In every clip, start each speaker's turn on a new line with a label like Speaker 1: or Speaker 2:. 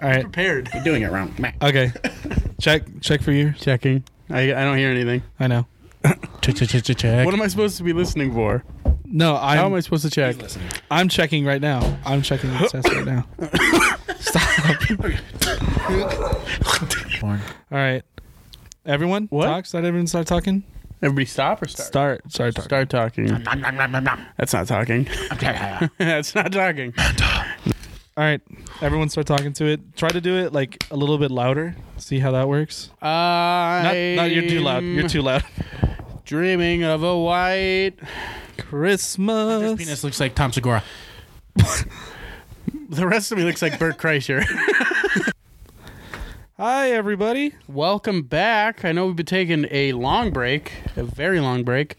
Speaker 1: All right.
Speaker 2: Prepared.
Speaker 3: You're doing it wrong. Meh.
Speaker 1: Okay. check. Check for yours.
Speaker 4: Checking.
Speaker 2: I, I don't hear anything.
Speaker 1: I know.
Speaker 4: Check, check, check, check, check.
Speaker 2: What am I supposed to be listening for?
Speaker 1: No,
Speaker 2: How am
Speaker 1: I'm.
Speaker 2: I supposed to check?
Speaker 1: I'm checking right now. I'm checking the test right now.
Speaker 4: Porn.
Speaker 1: All right. Everyone.
Speaker 2: What?
Speaker 1: Talk. Start. Everyone start talking.
Speaker 2: Everybody stop or start?
Speaker 1: Start. Start talking.
Speaker 2: Start talking. That's not talking. That's not talking.
Speaker 1: All right. Everyone start talking to it. Try to do it like a little bit louder. See how that works. Not,
Speaker 2: I.
Speaker 1: not you're too loud. You're too loud.
Speaker 2: Dreaming of a white.
Speaker 1: Christmas.
Speaker 4: Penis looks like Tom Segura.
Speaker 2: The rest of me looks like Bert Kreischer.
Speaker 1: Hi everybody.
Speaker 2: Welcome back. I know we've been taking a long break, a very long break.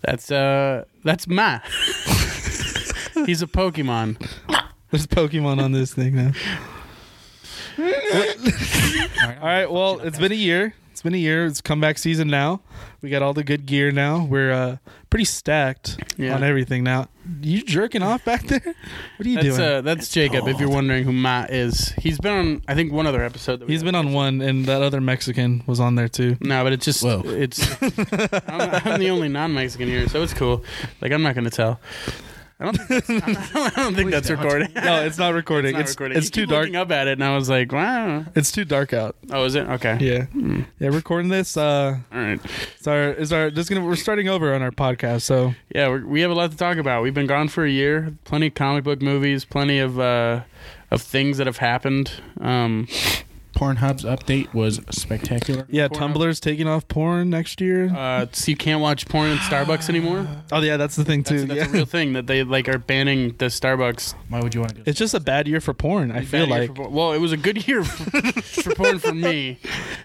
Speaker 2: That's uh, that's Ma. He's a Pokemon.
Speaker 1: There's Pokemon on this thing now. All right. Well, it's been a year. It's been a year. It's comeback season now. We got all the good gear now. We're uh, pretty stacked
Speaker 2: Yeah.
Speaker 1: on everything now. You jerking off back there? What are you
Speaker 2: That's
Speaker 1: doing?
Speaker 2: uh, that's Jacob. If you're wondering who Ma is, he's been on I think one other episode. That we
Speaker 1: He's
Speaker 2: did.
Speaker 1: been on one, and that other Mexican was on there too.
Speaker 2: No, but it's just
Speaker 4: Whoa.
Speaker 2: it's. I'm, I'm the only non-Mexican here, so it's cool. Like I'm not gonna tell. I don't. Think that's, I'm not- I don't think that's
Speaker 4: don't.
Speaker 2: recording.
Speaker 1: No, it's not recording.
Speaker 2: It's, not
Speaker 1: It's,
Speaker 2: recording.
Speaker 1: it's
Speaker 2: You
Speaker 1: too
Speaker 2: keep
Speaker 1: dark.
Speaker 2: Looking up at it, and I was like, "Wow,
Speaker 1: It's too dark out.
Speaker 2: oh, is it okay? Hmm.
Speaker 1: Yeah, yeah. Recording this. Uh,
Speaker 2: All right.
Speaker 1: it's our is our this is gonna we're starting over on our podcast. So
Speaker 2: Yeah, we're, we have a lot to talk about. We've been gone for a year. Plenty of comic book movies. Plenty of uh, of things that have happened. Um,
Speaker 4: Pornhub's update was spectacular.
Speaker 1: yeah,
Speaker 2: Porn up.
Speaker 1: Tumblr's taking off porn next year.
Speaker 2: uh, so you can't watch porn in Starbucks anymore.
Speaker 1: oh yeah, that's the thing too.
Speaker 2: That's, that's
Speaker 1: yeah.
Speaker 2: a real thing that they like are banning the Starbucks.
Speaker 4: Why would you want to do
Speaker 1: It's just a bad year for porn. I feel
Speaker 2: Bad year
Speaker 1: like
Speaker 2: for porn. well, it was a good year for, for porn for me.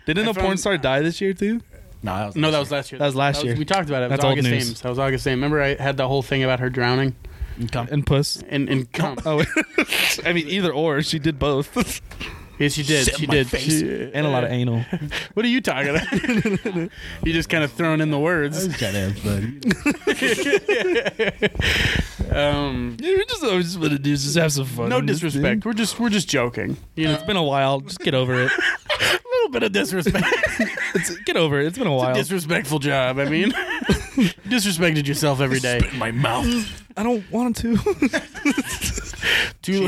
Speaker 1: didn't a
Speaker 2: if
Speaker 1: porn
Speaker 2: I'm-
Speaker 1: star die this year too?
Speaker 4: No, that was
Speaker 2: No, that was last year.
Speaker 1: That was last year.
Speaker 2: we talked about it. it
Speaker 1: That's
Speaker 2: was
Speaker 1: old
Speaker 2: August
Speaker 1: news.
Speaker 2: Ames. That was August Ames. Remember, I had the whole thing about her drowning
Speaker 1: And puss.
Speaker 2: and and cum.
Speaker 1: Oh, wait. I mean either or. She did both,
Speaker 2: Yes, she did.
Speaker 4: Shit in
Speaker 2: She
Speaker 4: my
Speaker 2: did.
Speaker 4: face.
Speaker 2: She-
Speaker 1: and a lot of anal.
Speaker 2: What are you talking about? you just kind of throwing in the words. Um,
Speaker 1: Yeah, we just always want to do is just have some fun.
Speaker 2: no
Speaker 1: on this thing.
Speaker 2: disrespect. We're just we're just joking. You know,
Speaker 1: It's been a while. Just get over it.
Speaker 2: a little bit of disrespect.
Speaker 1: It's, get over it. It's been a while.
Speaker 2: Disrespectful job. I mean, disrespected yourself every day.
Speaker 4: my mouth.
Speaker 1: I don't want to.
Speaker 2: Too-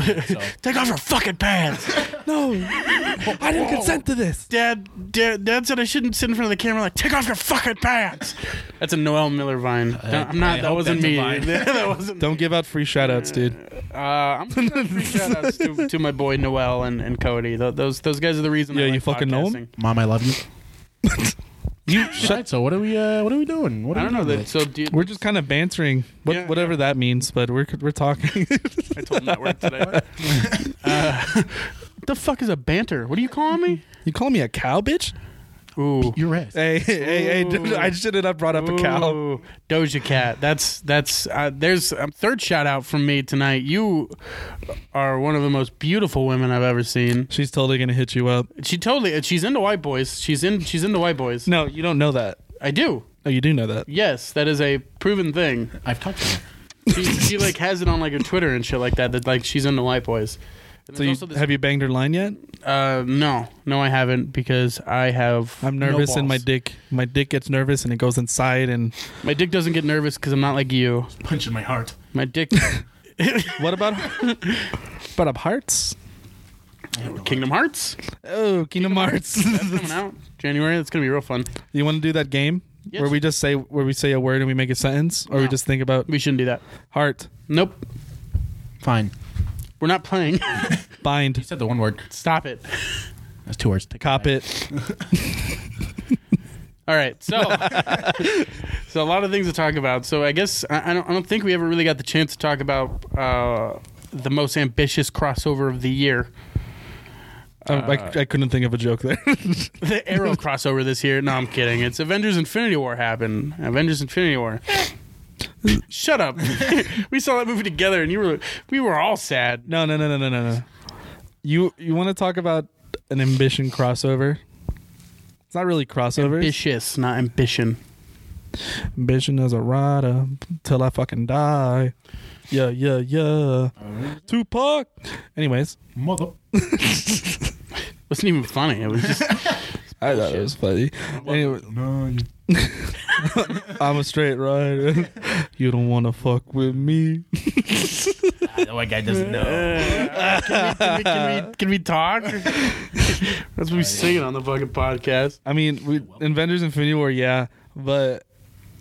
Speaker 4: So,
Speaker 2: Take off your fucking pants.
Speaker 1: no, I didn't consent to this.
Speaker 2: Dad, dad, dad said I shouldn't sit in front of the camera. Like, take off your fucking pants. That's a Noel Miller vine. Don't- I'm not.
Speaker 4: I
Speaker 2: that
Speaker 4: hope
Speaker 2: wasn't
Speaker 4: that's a
Speaker 2: me.
Speaker 4: vine.
Speaker 2: that wasn't.
Speaker 1: Don't give out free shout outs, dude.
Speaker 2: Uh, I'm gonna shout outs to, to my boy Noel and, and Cody. Th- Those those guys are the reason.
Speaker 1: Yeah,
Speaker 2: I
Speaker 1: you
Speaker 2: like
Speaker 1: fucking know 'em?
Speaker 2: podcasting.
Speaker 4: Mom, I love you.
Speaker 1: You
Speaker 4: All right, so what are we? Uh, what are we doing? What are
Speaker 2: I don't know
Speaker 4: we doing
Speaker 2: that. So do you,
Speaker 1: We're just kind of bantering, what,
Speaker 2: Yeah,
Speaker 1: whatever that means. But we're we're talking.
Speaker 2: I told him that word today. uh, the fuck is a banter? What are you calling me?
Speaker 1: you call me a cow, bitch?
Speaker 2: Ooh.
Speaker 4: You're right.
Speaker 1: Hey, hey, hey!
Speaker 2: Ooh.
Speaker 1: I shouldn't have brought up a cow.
Speaker 2: Ooh, Doja Cat. That's that's uh, there's a third shout out from me tonight. You are one of the most beautiful women I've ever seen.
Speaker 1: She's totally gonna hit you up.
Speaker 2: She totally uh, she's into white boys. She's in she's into white boys.
Speaker 1: No, you don't know that.
Speaker 2: I do.
Speaker 1: Oh, you do know that.
Speaker 2: Yes, that is a proven thing.
Speaker 4: I've talked to her.
Speaker 2: She, she like has it on like her Twitter and shit like that that like she's into white boys. And
Speaker 1: So
Speaker 2: there's
Speaker 1: you,
Speaker 2: also this-
Speaker 1: have you banged her line yet?
Speaker 2: uh no no I haven't because I have
Speaker 1: I'm
Speaker 2: no
Speaker 1: nervous, and my
Speaker 2: balls.
Speaker 1: dick, my dick gets nervous, and it goes inside. And
Speaker 2: my dick doesn't get nervous because I'm not like you.
Speaker 4: Punch in my heart.
Speaker 2: My dick
Speaker 1: what about, but up hearts?
Speaker 2: Kingdom Hearts
Speaker 1: Oh, Kingdom Hearts.
Speaker 2: coming out January. That's gonna be real fun.
Speaker 1: you want to do that game
Speaker 2: Yes.
Speaker 1: where we just say where we say a word and we make a sentence, or we
Speaker 2: No.
Speaker 1: just think about
Speaker 2: We shouldn't do that.
Speaker 1: heart,
Speaker 2: Nope.
Speaker 4: Fine.
Speaker 2: We're not playing.
Speaker 4: You
Speaker 1: bind,
Speaker 4: said the one word.
Speaker 2: Stop it.
Speaker 4: That's two words. Take
Speaker 1: cop
Speaker 4: back.
Speaker 1: it?
Speaker 2: All right. So, so a lot of things to talk about. So I guess I, I don't. I don't think we ever really got the chance to talk about uh, the most ambitious crossover of the year,
Speaker 1: I,
Speaker 2: Uh.
Speaker 1: I, I couldn't think of a joke there.
Speaker 2: the Arrow crossover this year. No, I'm kidding. It's Avengers: Infinity War happened. Avengers: Infinity War. Shut up. we saw that movie together, and you were we were all sad.
Speaker 1: no, no, no, no, no, no, no. You you want to talk about an ambition crossover? It's not really crossover.
Speaker 2: Ambitious, not ambition.
Speaker 1: Bitching as a rider till I fucking die. Yeah, yeah, yeah. Tupac. Anyways,
Speaker 4: Mother.
Speaker 2: wasn't even funny. It was just
Speaker 1: I thought it was funny. Anyway,
Speaker 4: No, you.
Speaker 1: I'm a straight rider. you don't want to fuck with me.
Speaker 4: That white guy doesn't know.
Speaker 2: Uh, can, we, can, we, can, we, can we talk? That's what we singing on the fucking podcast.
Speaker 1: I mean, we, Inventors Infinity War, yeah, but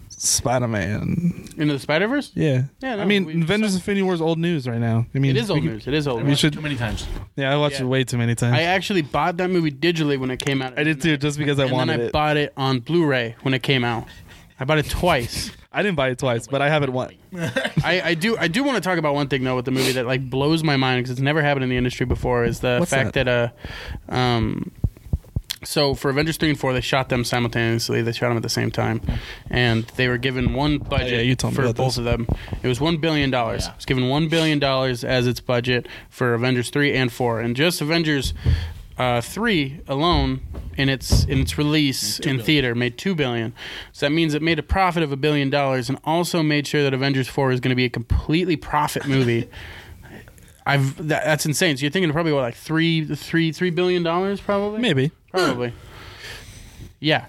Speaker 1: Spider Man,
Speaker 2: Into the Spider Verse?
Speaker 1: yeah.
Speaker 2: Yeah, no,
Speaker 1: I mean,
Speaker 2: we-
Speaker 1: Inventors Infinity War is old news right now. I mean,
Speaker 2: It is old
Speaker 1: we-
Speaker 2: news. It is old
Speaker 1: We
Speaker 2: news.
Speaker 1: should.
Speaker 4: Too many times.
Speaker 1: Yeah, I watched
Speaker 2: Yeah.
Speaker 1: it way too many times.
Speaker 2: I actually bought that movie digitally when it came out.
Speaker 1: I did too, just because I
Speaker 2: and
Speaker 1: wanted
Speaker 2: then I
Speaker 1: it.
Speaker 2: bought it on Blu-ray when it came out. I bought it twice.
Speaker 1: I didn't buy it twice, but I have it once.
Speaker 2: I, I do I do want to talk about one thing though with the movie that like blows my mind because it's never happened in the industry before is the
Speaker 1: What's
Speaker 2: fact that, uh um so for Avengers three and four they shot them simultaneously they shot them at the same time and they were given one budget
Speaker 1: Oh, yeah, you told me
Speaker 2: for
Speaker 1: about
Speaker 2: both
Speaker 1: this.
Speaker 2: of them it was one billion dollars it was given one billion dollars as its budget for Avengers three and four and just Avengers. Uh, three alone in its in its release in theater made two billion, so that means it made a profit of a billion dollars, and also made sure that Avengers four is going to be a completely profit movie. I've that, that's insane. So you're thinking probably what like three three three billion dollars probably
Speaker 1: Maybe.
Speaker 2: probably. yeah,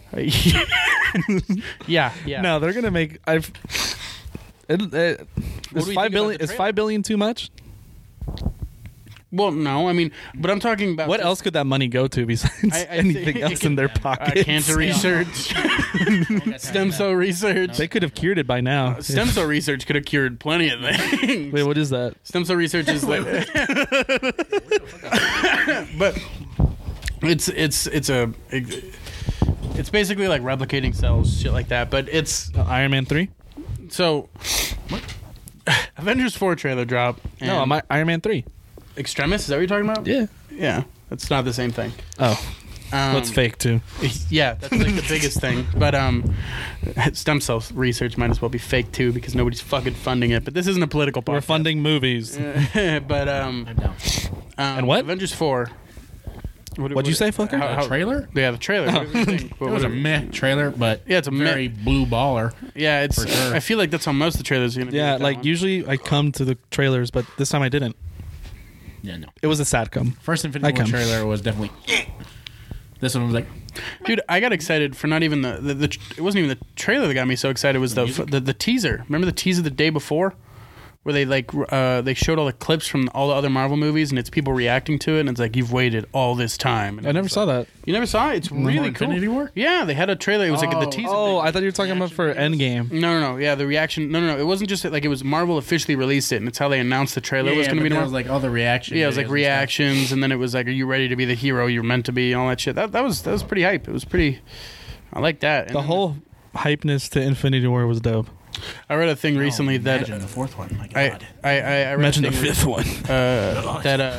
Speaker 2: yeah, yeah.
Speaker 1: No, they're gonna make. I've. It, it,
Speaker 2: do you
Speaker 1: is
Speaker 2: think
Speaker 1: five
Speaker 2: about
Speaker 1: billion?
Speaker 2: the
Speaker 1: Is
Speaker 2: trailer?
Speaker 1: five billion too much?
Speaker 2: Well, no, I mean, but I'm talking about
Speaker 1: What else could that money go to besides
Speaker 2: I- I
Speaker 1: anything
Speaker 2: think-
Speaker 1: else in their
Speaker 2: Uh,
Speaker 1: pocket?
Speaker 2: cancer research, stem cell research.
Speaker 1: They could have cured it by now.
Speaker 2: Stem cell research could have cured plenty of things.
Speaker 1: Wait, what is that?
Speaker 2: Stem cell research is like, but it's it's it's a it's basically like replicating cells, shit like that. But it's
Speaker 1: Uh, Iron Man three?
Speaker 2: so Avengers four trailer drop. And
Speaker 1: No, I'm Iron Man three.
Speaker 2: Extremis. Is that what you're talking about?
Speaker 1: Yeah.
Speaker 2: yeah. That's not the same thing.
Speaker 1: Oh,
Speaker 2: Um,
Speaker 1: that's fake too.
Speaker 2: Yeah, that's like the biggest thing. But um, stem cell research might as well be fake too because nobody's fucking funding it. But this isn't a political
Speaker 1: We're
Speaker 2: podcast.
Speaker 1: funding movies.
Speaker 2: but um,
Speaker 4: I'm down.
Speaker 2: Um,
Speaker 1: And what?
Speaker 2: Avengers Four. What,
Speaker 1: What'd you say, fucker?
Speaker 2: how- how-
Speaker 4: trailer?
Speaker 2: Yeah, the trailer. What do you think? What
Speaker 4: It was a
Speaker 2: what-
Speaker 4: meh trailer, but
Speaker 2: Yeah, it's a meh.
Speaker 4: very blue baller.
Speaker 2: yeah, it's.
Speaker 4: for sure.
Speaker 2: I feel like that's how most of the trailers are gonna be.
Speaker 1: Yeah,
Speaker 2: with that
Speaker 1: like
Speaker 2: one.
Speaker 1: usually I come to the trailers, but this time I didn't.
Speaker 4: Yeah, no.
Speaker 1: It was a sad come.
Speaker 4: First
Speaker 1: I
Speaker 4: Infinity War
Speaker 1: come.
Speaker 4: trailer was definitely. This one was like,
Speaker 2: dude. I got excited for not even the, the, the tr- it wasn't even the trailer that got me so excited. It was the the, the teaser. Remember the teaser the day before, where they like r- uh, they showed all the clips from all the other Marvel movies and it's people reacting to it and it's like you've waited all this time. And
Speaker 1: I never
Speaker 2: it's
Speaker 1: saw
Speaker 2: like-
Speaker 1: that.
Speaker 2: You never saw it. It's really cool.
Speaker 4: Infinity War?
Speaker 2: Yeah, they had a trailer. It was like the
Speaker 4: Oh.
Speaker 2: teaser.
Speaker 1: Oh,
Speaker 2: thing.
Speaker 1: I thought you were talking about for Endgame.
Speaker 2: No, no, no. Yeah, the reaction. No, no, no. It wasn't just that, like it was Marvel officially released it, and it's how they announced the trailer was going
Speaker 4: but
Speaker 2: to be.
Speaker 4: then It
Speaker 2: tomorrow.
Speaker 4: was like all the reaction.
Speaker 2: yeah, it was like
Speaker 4: videos and stuff.
Speaker 2: reactions, and then it was like, "Are you ready to be the hero you're meant to be?" and all that shit. That that was that was pretty hype. It was pretty. I like that. And
Speaker 1: The
Speaker 2: then
Speaker 1: whole hypeness to Infinity War was dope.
Speaker 2: I read a thing recently that
Speaker 4: Oh, Imagine the fourth one. My
Speaker 2: I,
Speaker 4: God.
Speaker 2: I I I read
Speaker 1: Imagine
Speaker 2: a
Speaker 1: the
Speaker 2: thing
Speaker 1: fifth one.
Speaker 2: uh, that uh,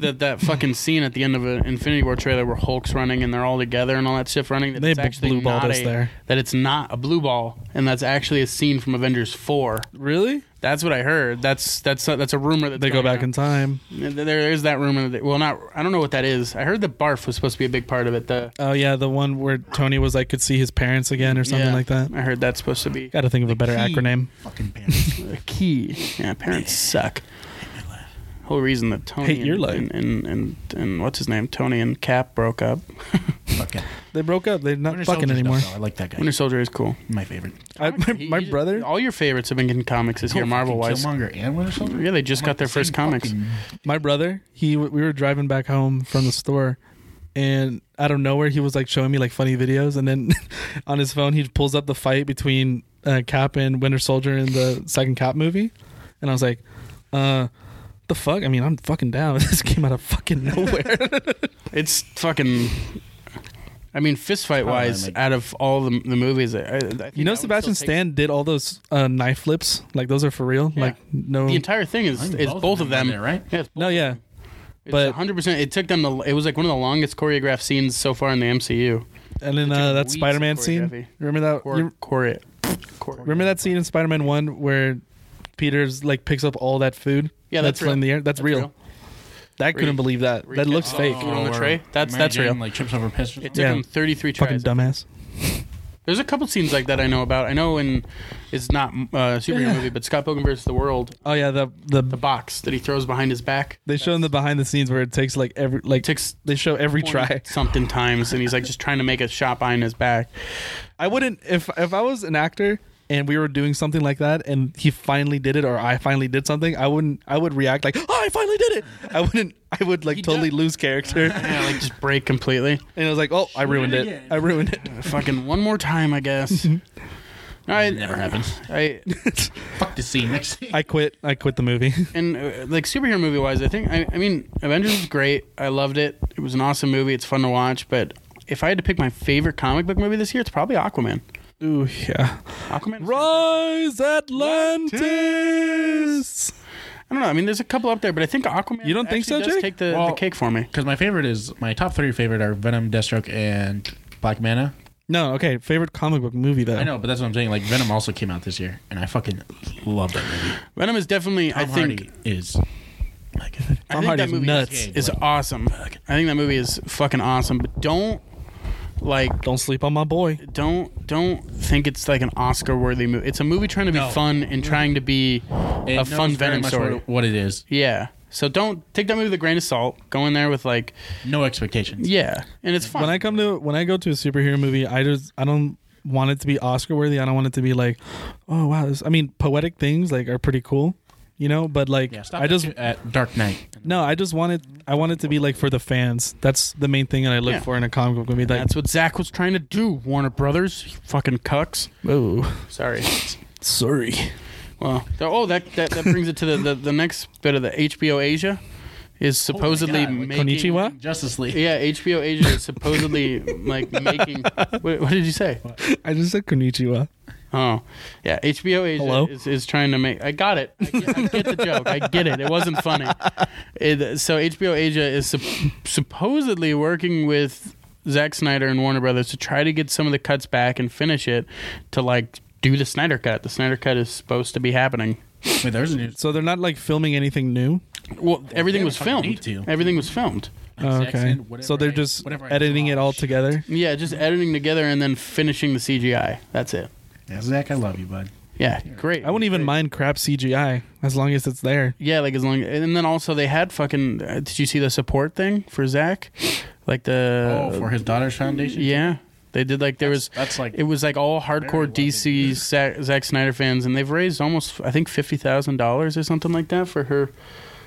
Speaker 2: that that fucking scene at the end of an Infinity War trailer where Hulk's running and they're all together and all that shit running. That
Speaker 1: They
Speaker 2: it's
Speaker 1: bl-
Speaker 2: actually
Speaker 1: blue balled
Speaker 2: not
Speaker 1: us
Speaker 2: a-
Speaker 1: there.
Speaker 2: That it's not a blue ball, and that's actually a scene from Avengers Four.
Speaker 1: Really?
Speaker 2: That's what I heard. That's that's a, that's a rumor that
Speaker 1: They go back in time.
Speaker 2: there is that rumor. That, well, not I don't know what that is. I heard that barf was supposed to be a big part of it. The
Speaker 1: Oh yeah, the one where Tony was like could see his parents again or something
Speaker 2: yeah,
Speaker 1: like that.
Speaker 2: I heard that's supposed to be
Speaker 1: Got to think of a better
Speaker 4: key.
Speaker 1: acronym.
Speaker 4: Fucking parents.
Speaker 2: a key. Yeah, parents suck. Whole reason that Tony
Speaker 1: Hate
Speaker 2: and,
Speaker 1: your life.
Speaker 2: and, and and and what's his name? Tony and Cap broke up.
Speaker 4: Fucking.
Speaker 1: They broke up. They're not
Speaker 4: Winter
Speaker 1: fucking
Speaker 4: Soldier's
Speaker 1: anymore.
Speaker 4: dope, though. I like that guy.
Speaker 2: Winter Soldier is cool.
Speaker 4: My favorite.
Speaker 1: I, my
Speaker 2: He-
Speaker 1: my
Speaker 2: he-
Speaker 1: brother,
Speaker 2: all your favorites have been getting comics this year,
Speaker 4: Oh,
Speaker 2: Marvel
Speaker 4: fucking
Speaker 2: wise.
Speaker 4: Killmonger and Winter Soldier.
Speaker 2: Yeah, they just got their first comics.
Speaker 4: Fucking-
Speaker 1: my brother, he we were driving back home from the store, and out of nowhere he was like showing me like funny videos, and then on his phone he pulls up the fight between uh, Cap and Winter Soldier in the second Cap movie, and I was like, uh. The fuck? I mean, I'm fucking down. This came out of fucking nowhere.
Speaker 2: It's fucking. I mean, fist fight wise,
Speaker 4: Probably, like-
Speaker 2: out of all the, the movies, I, I, I think
Speaker 1: you know,
Speaker 2: that one still
Speaker 1: Sebastian
Speaker 2: takes-
Speaker 1: Stan did all those uh, knife flips. Like those are for real.
Speaker 2: Yeah.
Speaker 1: Like no,
Speaker 2: The entire thing is
Speaker 4: I think
Speaker 2: is both, of them,
Speaker 4: are there, right?
Speaker 2: Yeah, it's
Speaker 1: no, yeah. But-
Speaker 2: But hundred percent, it took them. The, it was like one of the longest choreographed scenes so far in the MCU.
Speaker 1: And then
Speaker 2: It took
Speaker 1: uh, that
Speaker 2: weeks
Speaker 1: Spider Man
Speaker 2: of
Speaker 1: scene.
Speaker 2: choreography.
Speaker 1: Remember that?
Speaker 2: Chore,
Speaker 1: you
Speaker 2: chore, chore-
Speaker 1: remember that scene in Spider Man One where Peter's like picks up all that food.
Speaker 2: Yeah, that's
Speaker 1: flying in
Speaker 2: real.
Speaker 1: the air. That's, real. That
Speaker 2: Where
Speaker 1: couldn't
Speaker 2: he-
Speaker 1: believe that.
Speaker 2: where he
Speaker 1: That
Speaker 2: gets
Speaker 1: looks
Speaker 2: all
Speaker 1: fake.
Speaker 2: the- on
Speaker 4: or
Speaker 2: tray? That's-
Speaker 4: Oh, Mary
Speaker 2: that's
Speaker 4: Jane,
Speaker 2: real.
Speaker 4: Like trips over piss. or something.
Speaker 2: It took
Speaker 1: Yeah.
Speaker 2: him thirty three
Speaker 1: Fucking
Speaker 2: tries.
Speaker 1: dumbass.
Speaker 2: There's a couple scenes like that I know about. I know in it's not uh, superhero
Speaker 1: Yeah.
Speaker 2: movie, but Scott Pilgrim versus the World,
Speaker 1: Oh yeah, the the,
Speaker 2: the box that he throws behind his back.
Speaker 1: they show in the behind the scenes where it takes like every like
Speaker 2: takes
Speaker 1: they show every try.
Speaker 2: something times, and he's like just trying to make a shot behind his back.
Speaker 1: I wouldn't if if I was an actor and we were doing something like that and he finally did it or I finally did something, I wouldn't I would react like, "Oh, I finally did it." I wouldn't I would like totally
Speaker 2: does-
Speaker 1: lose character.
Speaker 2: Yeah, like just break completely.
Speaker 1: And I was like, "Oh, I ruined
Speaker 4: it
Speaker 1: it.
Speaker 4: again.
Speaker 1: I ruined it."
Speaker 2: Fucking one more time, I guess. All right.
Speaker 3: Never happens.
Speaker 2: I
Speaker 3: Fuck this scene. Next scene.
Speaker 1: I quit. I quit the movie.
Speaker 2: and uh, like superhero movie wise, I think I, I mean Avengers was great. I loved it. It was an awesome movie. It's fun to watch. But if I had to pick my favorite comic book movie this year, it's probably Aquaman.
Speaker 1: Ooh, yeah.
Speaker 2: Aquaman.
Speaker 1: Rise Atlantis.
Speaker 2: I don't know. I mean, there's a couple up there, but I think Aquaman.
Speaker 1: You don't think
Speaker 2: actually
Speaker 1: so,
Speaker 2: does
Speaker 1: Jake?
Speaker 2: Take the, the
Speaker 3: Well-
Speaker 2: cake for me.
Speaker 3: Because my favorite is my top three favorite are Venom, Deathstroke, and Black Mana.
Speaker 1: No, okay. Favorite comic book movie though.
Speaker 3: I know, but that's what I'm saying. Like Venom also came out this year, and I fucking love that movie.
Speaker 2: Venom is definitely. I
Speaker 3: Tom
Speaker 2: think.
Speaker 3: Hardy is like
Speaker 2: I
Speaker 1: Tom
Speaker 2: think
Speaker 1: Hardy's
Speaker 2: that movie
Speaker 1: nuts.
Speaker 2: is- is awesome. I think that movie is fucking awesome. But don't like
Speaker 1: Don't sleep on my boy.
Speaker 2: don't don't think it's like an Oscar worthy movie. It's a movie trying to be fun and trying to be
Speaker 3: it
Speaker 2: a
Speaker 3: knows
Speaker 2: fun
Speaker 3: very
Speaker 2: Venom
Speaker 3: much
Speaker 2: story.
Speaker 3: What, what it is,
Speaker 2: Yeah. So don't take that movie with a grain of salt. Go in there with like
Speaker 3: no expectations.
Speaker 2: yeah, and it's fun.
Speaker 1: When I come to when I go to a superhero movie, I just I don't want it to be Oscar worthy. I don't want it to be like, oh wow. This, I mean, poetic things like are pretty cool, you know. But like,
Speaker 3: Yeah, stop
Speaker 1: I just
Speaker 3: at Dark Knight. Oh
Speaker 1: no, I just want it. I want it to be like for the fans. That's the main thing that I look
Speaker 2: Yeah.
Speaker 1: for in a comic book movie. Like,
Speaker 2: That's what Zach was trying to do, Warner Brothers. You fucking cucks.
Speaker 1: oh,
Speaker 2: Sorry.
Speaker 1: sorry.
Speaker 2: Well, th- oh, that that, that brings it to the, the, the next bit of the HBO Asia is supposedly
Speaker 3: Oh God, like
Speaker 2: making.
Speaker 1: Konnichiwa?
Speaker 3: Justice League.
Speaker 2: Yeah, HBO Asia is supposedly like making. What, what did you say?
Speaker 1: I just said konnichiwa.
Speaker 2: Oh, yeah. HBO Asia
Speaker 1: Hello?
Speaker 2: Is, is trying to make. I got it. I get, I get the joke. I get it. It wasn't funny. It, so HBO Asia is sup- supposedly working with Zack Snyder and Warner Brothers to try to get some of the cuts back and finish it to like do the Snyder cut. The Snyder cut is supposed to be happening.
Speaker 3: Wait, there's a news.
Speaker 1: So they're not like filming anything new.
Speaker 2: Well, everything
Speaker 3: they
Speaker 2: was
Speaker 3: fucking
Speaker 2: filmed.
Speaker 3: need to.
Speaker 2: Everything was filmed.
Speaker 1: Oh, okay.
Speaker 3: Jackson, whatever
Speaker 1: so they're
Speaker 3: I-
Speaker 1: just
Speaker 3: whatever I
Speaker 1: editing it
Speaker 3: saw,
Speaker 1: all
Speaker 3: shit.
Speaker 1: together.
Speaker 2: Yeah, just editing together and then finishing the CGI. That's it.
Speaker 3: Yeah, Zach, I love you, bud.
Speaker 2: Yeah, great.
Speaker 1: I wouldn't even mind crap CGI as long as it's there.
Speaker 2: Yeah, like as long and then also they had fucking. Uh, did you see the support thing for Zach? Like the
Speaker 3: oh, for his daughter's foundation.
Speaker 2: Uh, yeah, they did like there was
Speaker 3: That's like
Speaker 2: it was like all
Speaker 3: well
Speaker 2: hardcore
Speaker 3: done.
Speaker 2: DC Zack, Zack Snyder fans, and they've raised almost I think fifty thousand dollars or something like that for her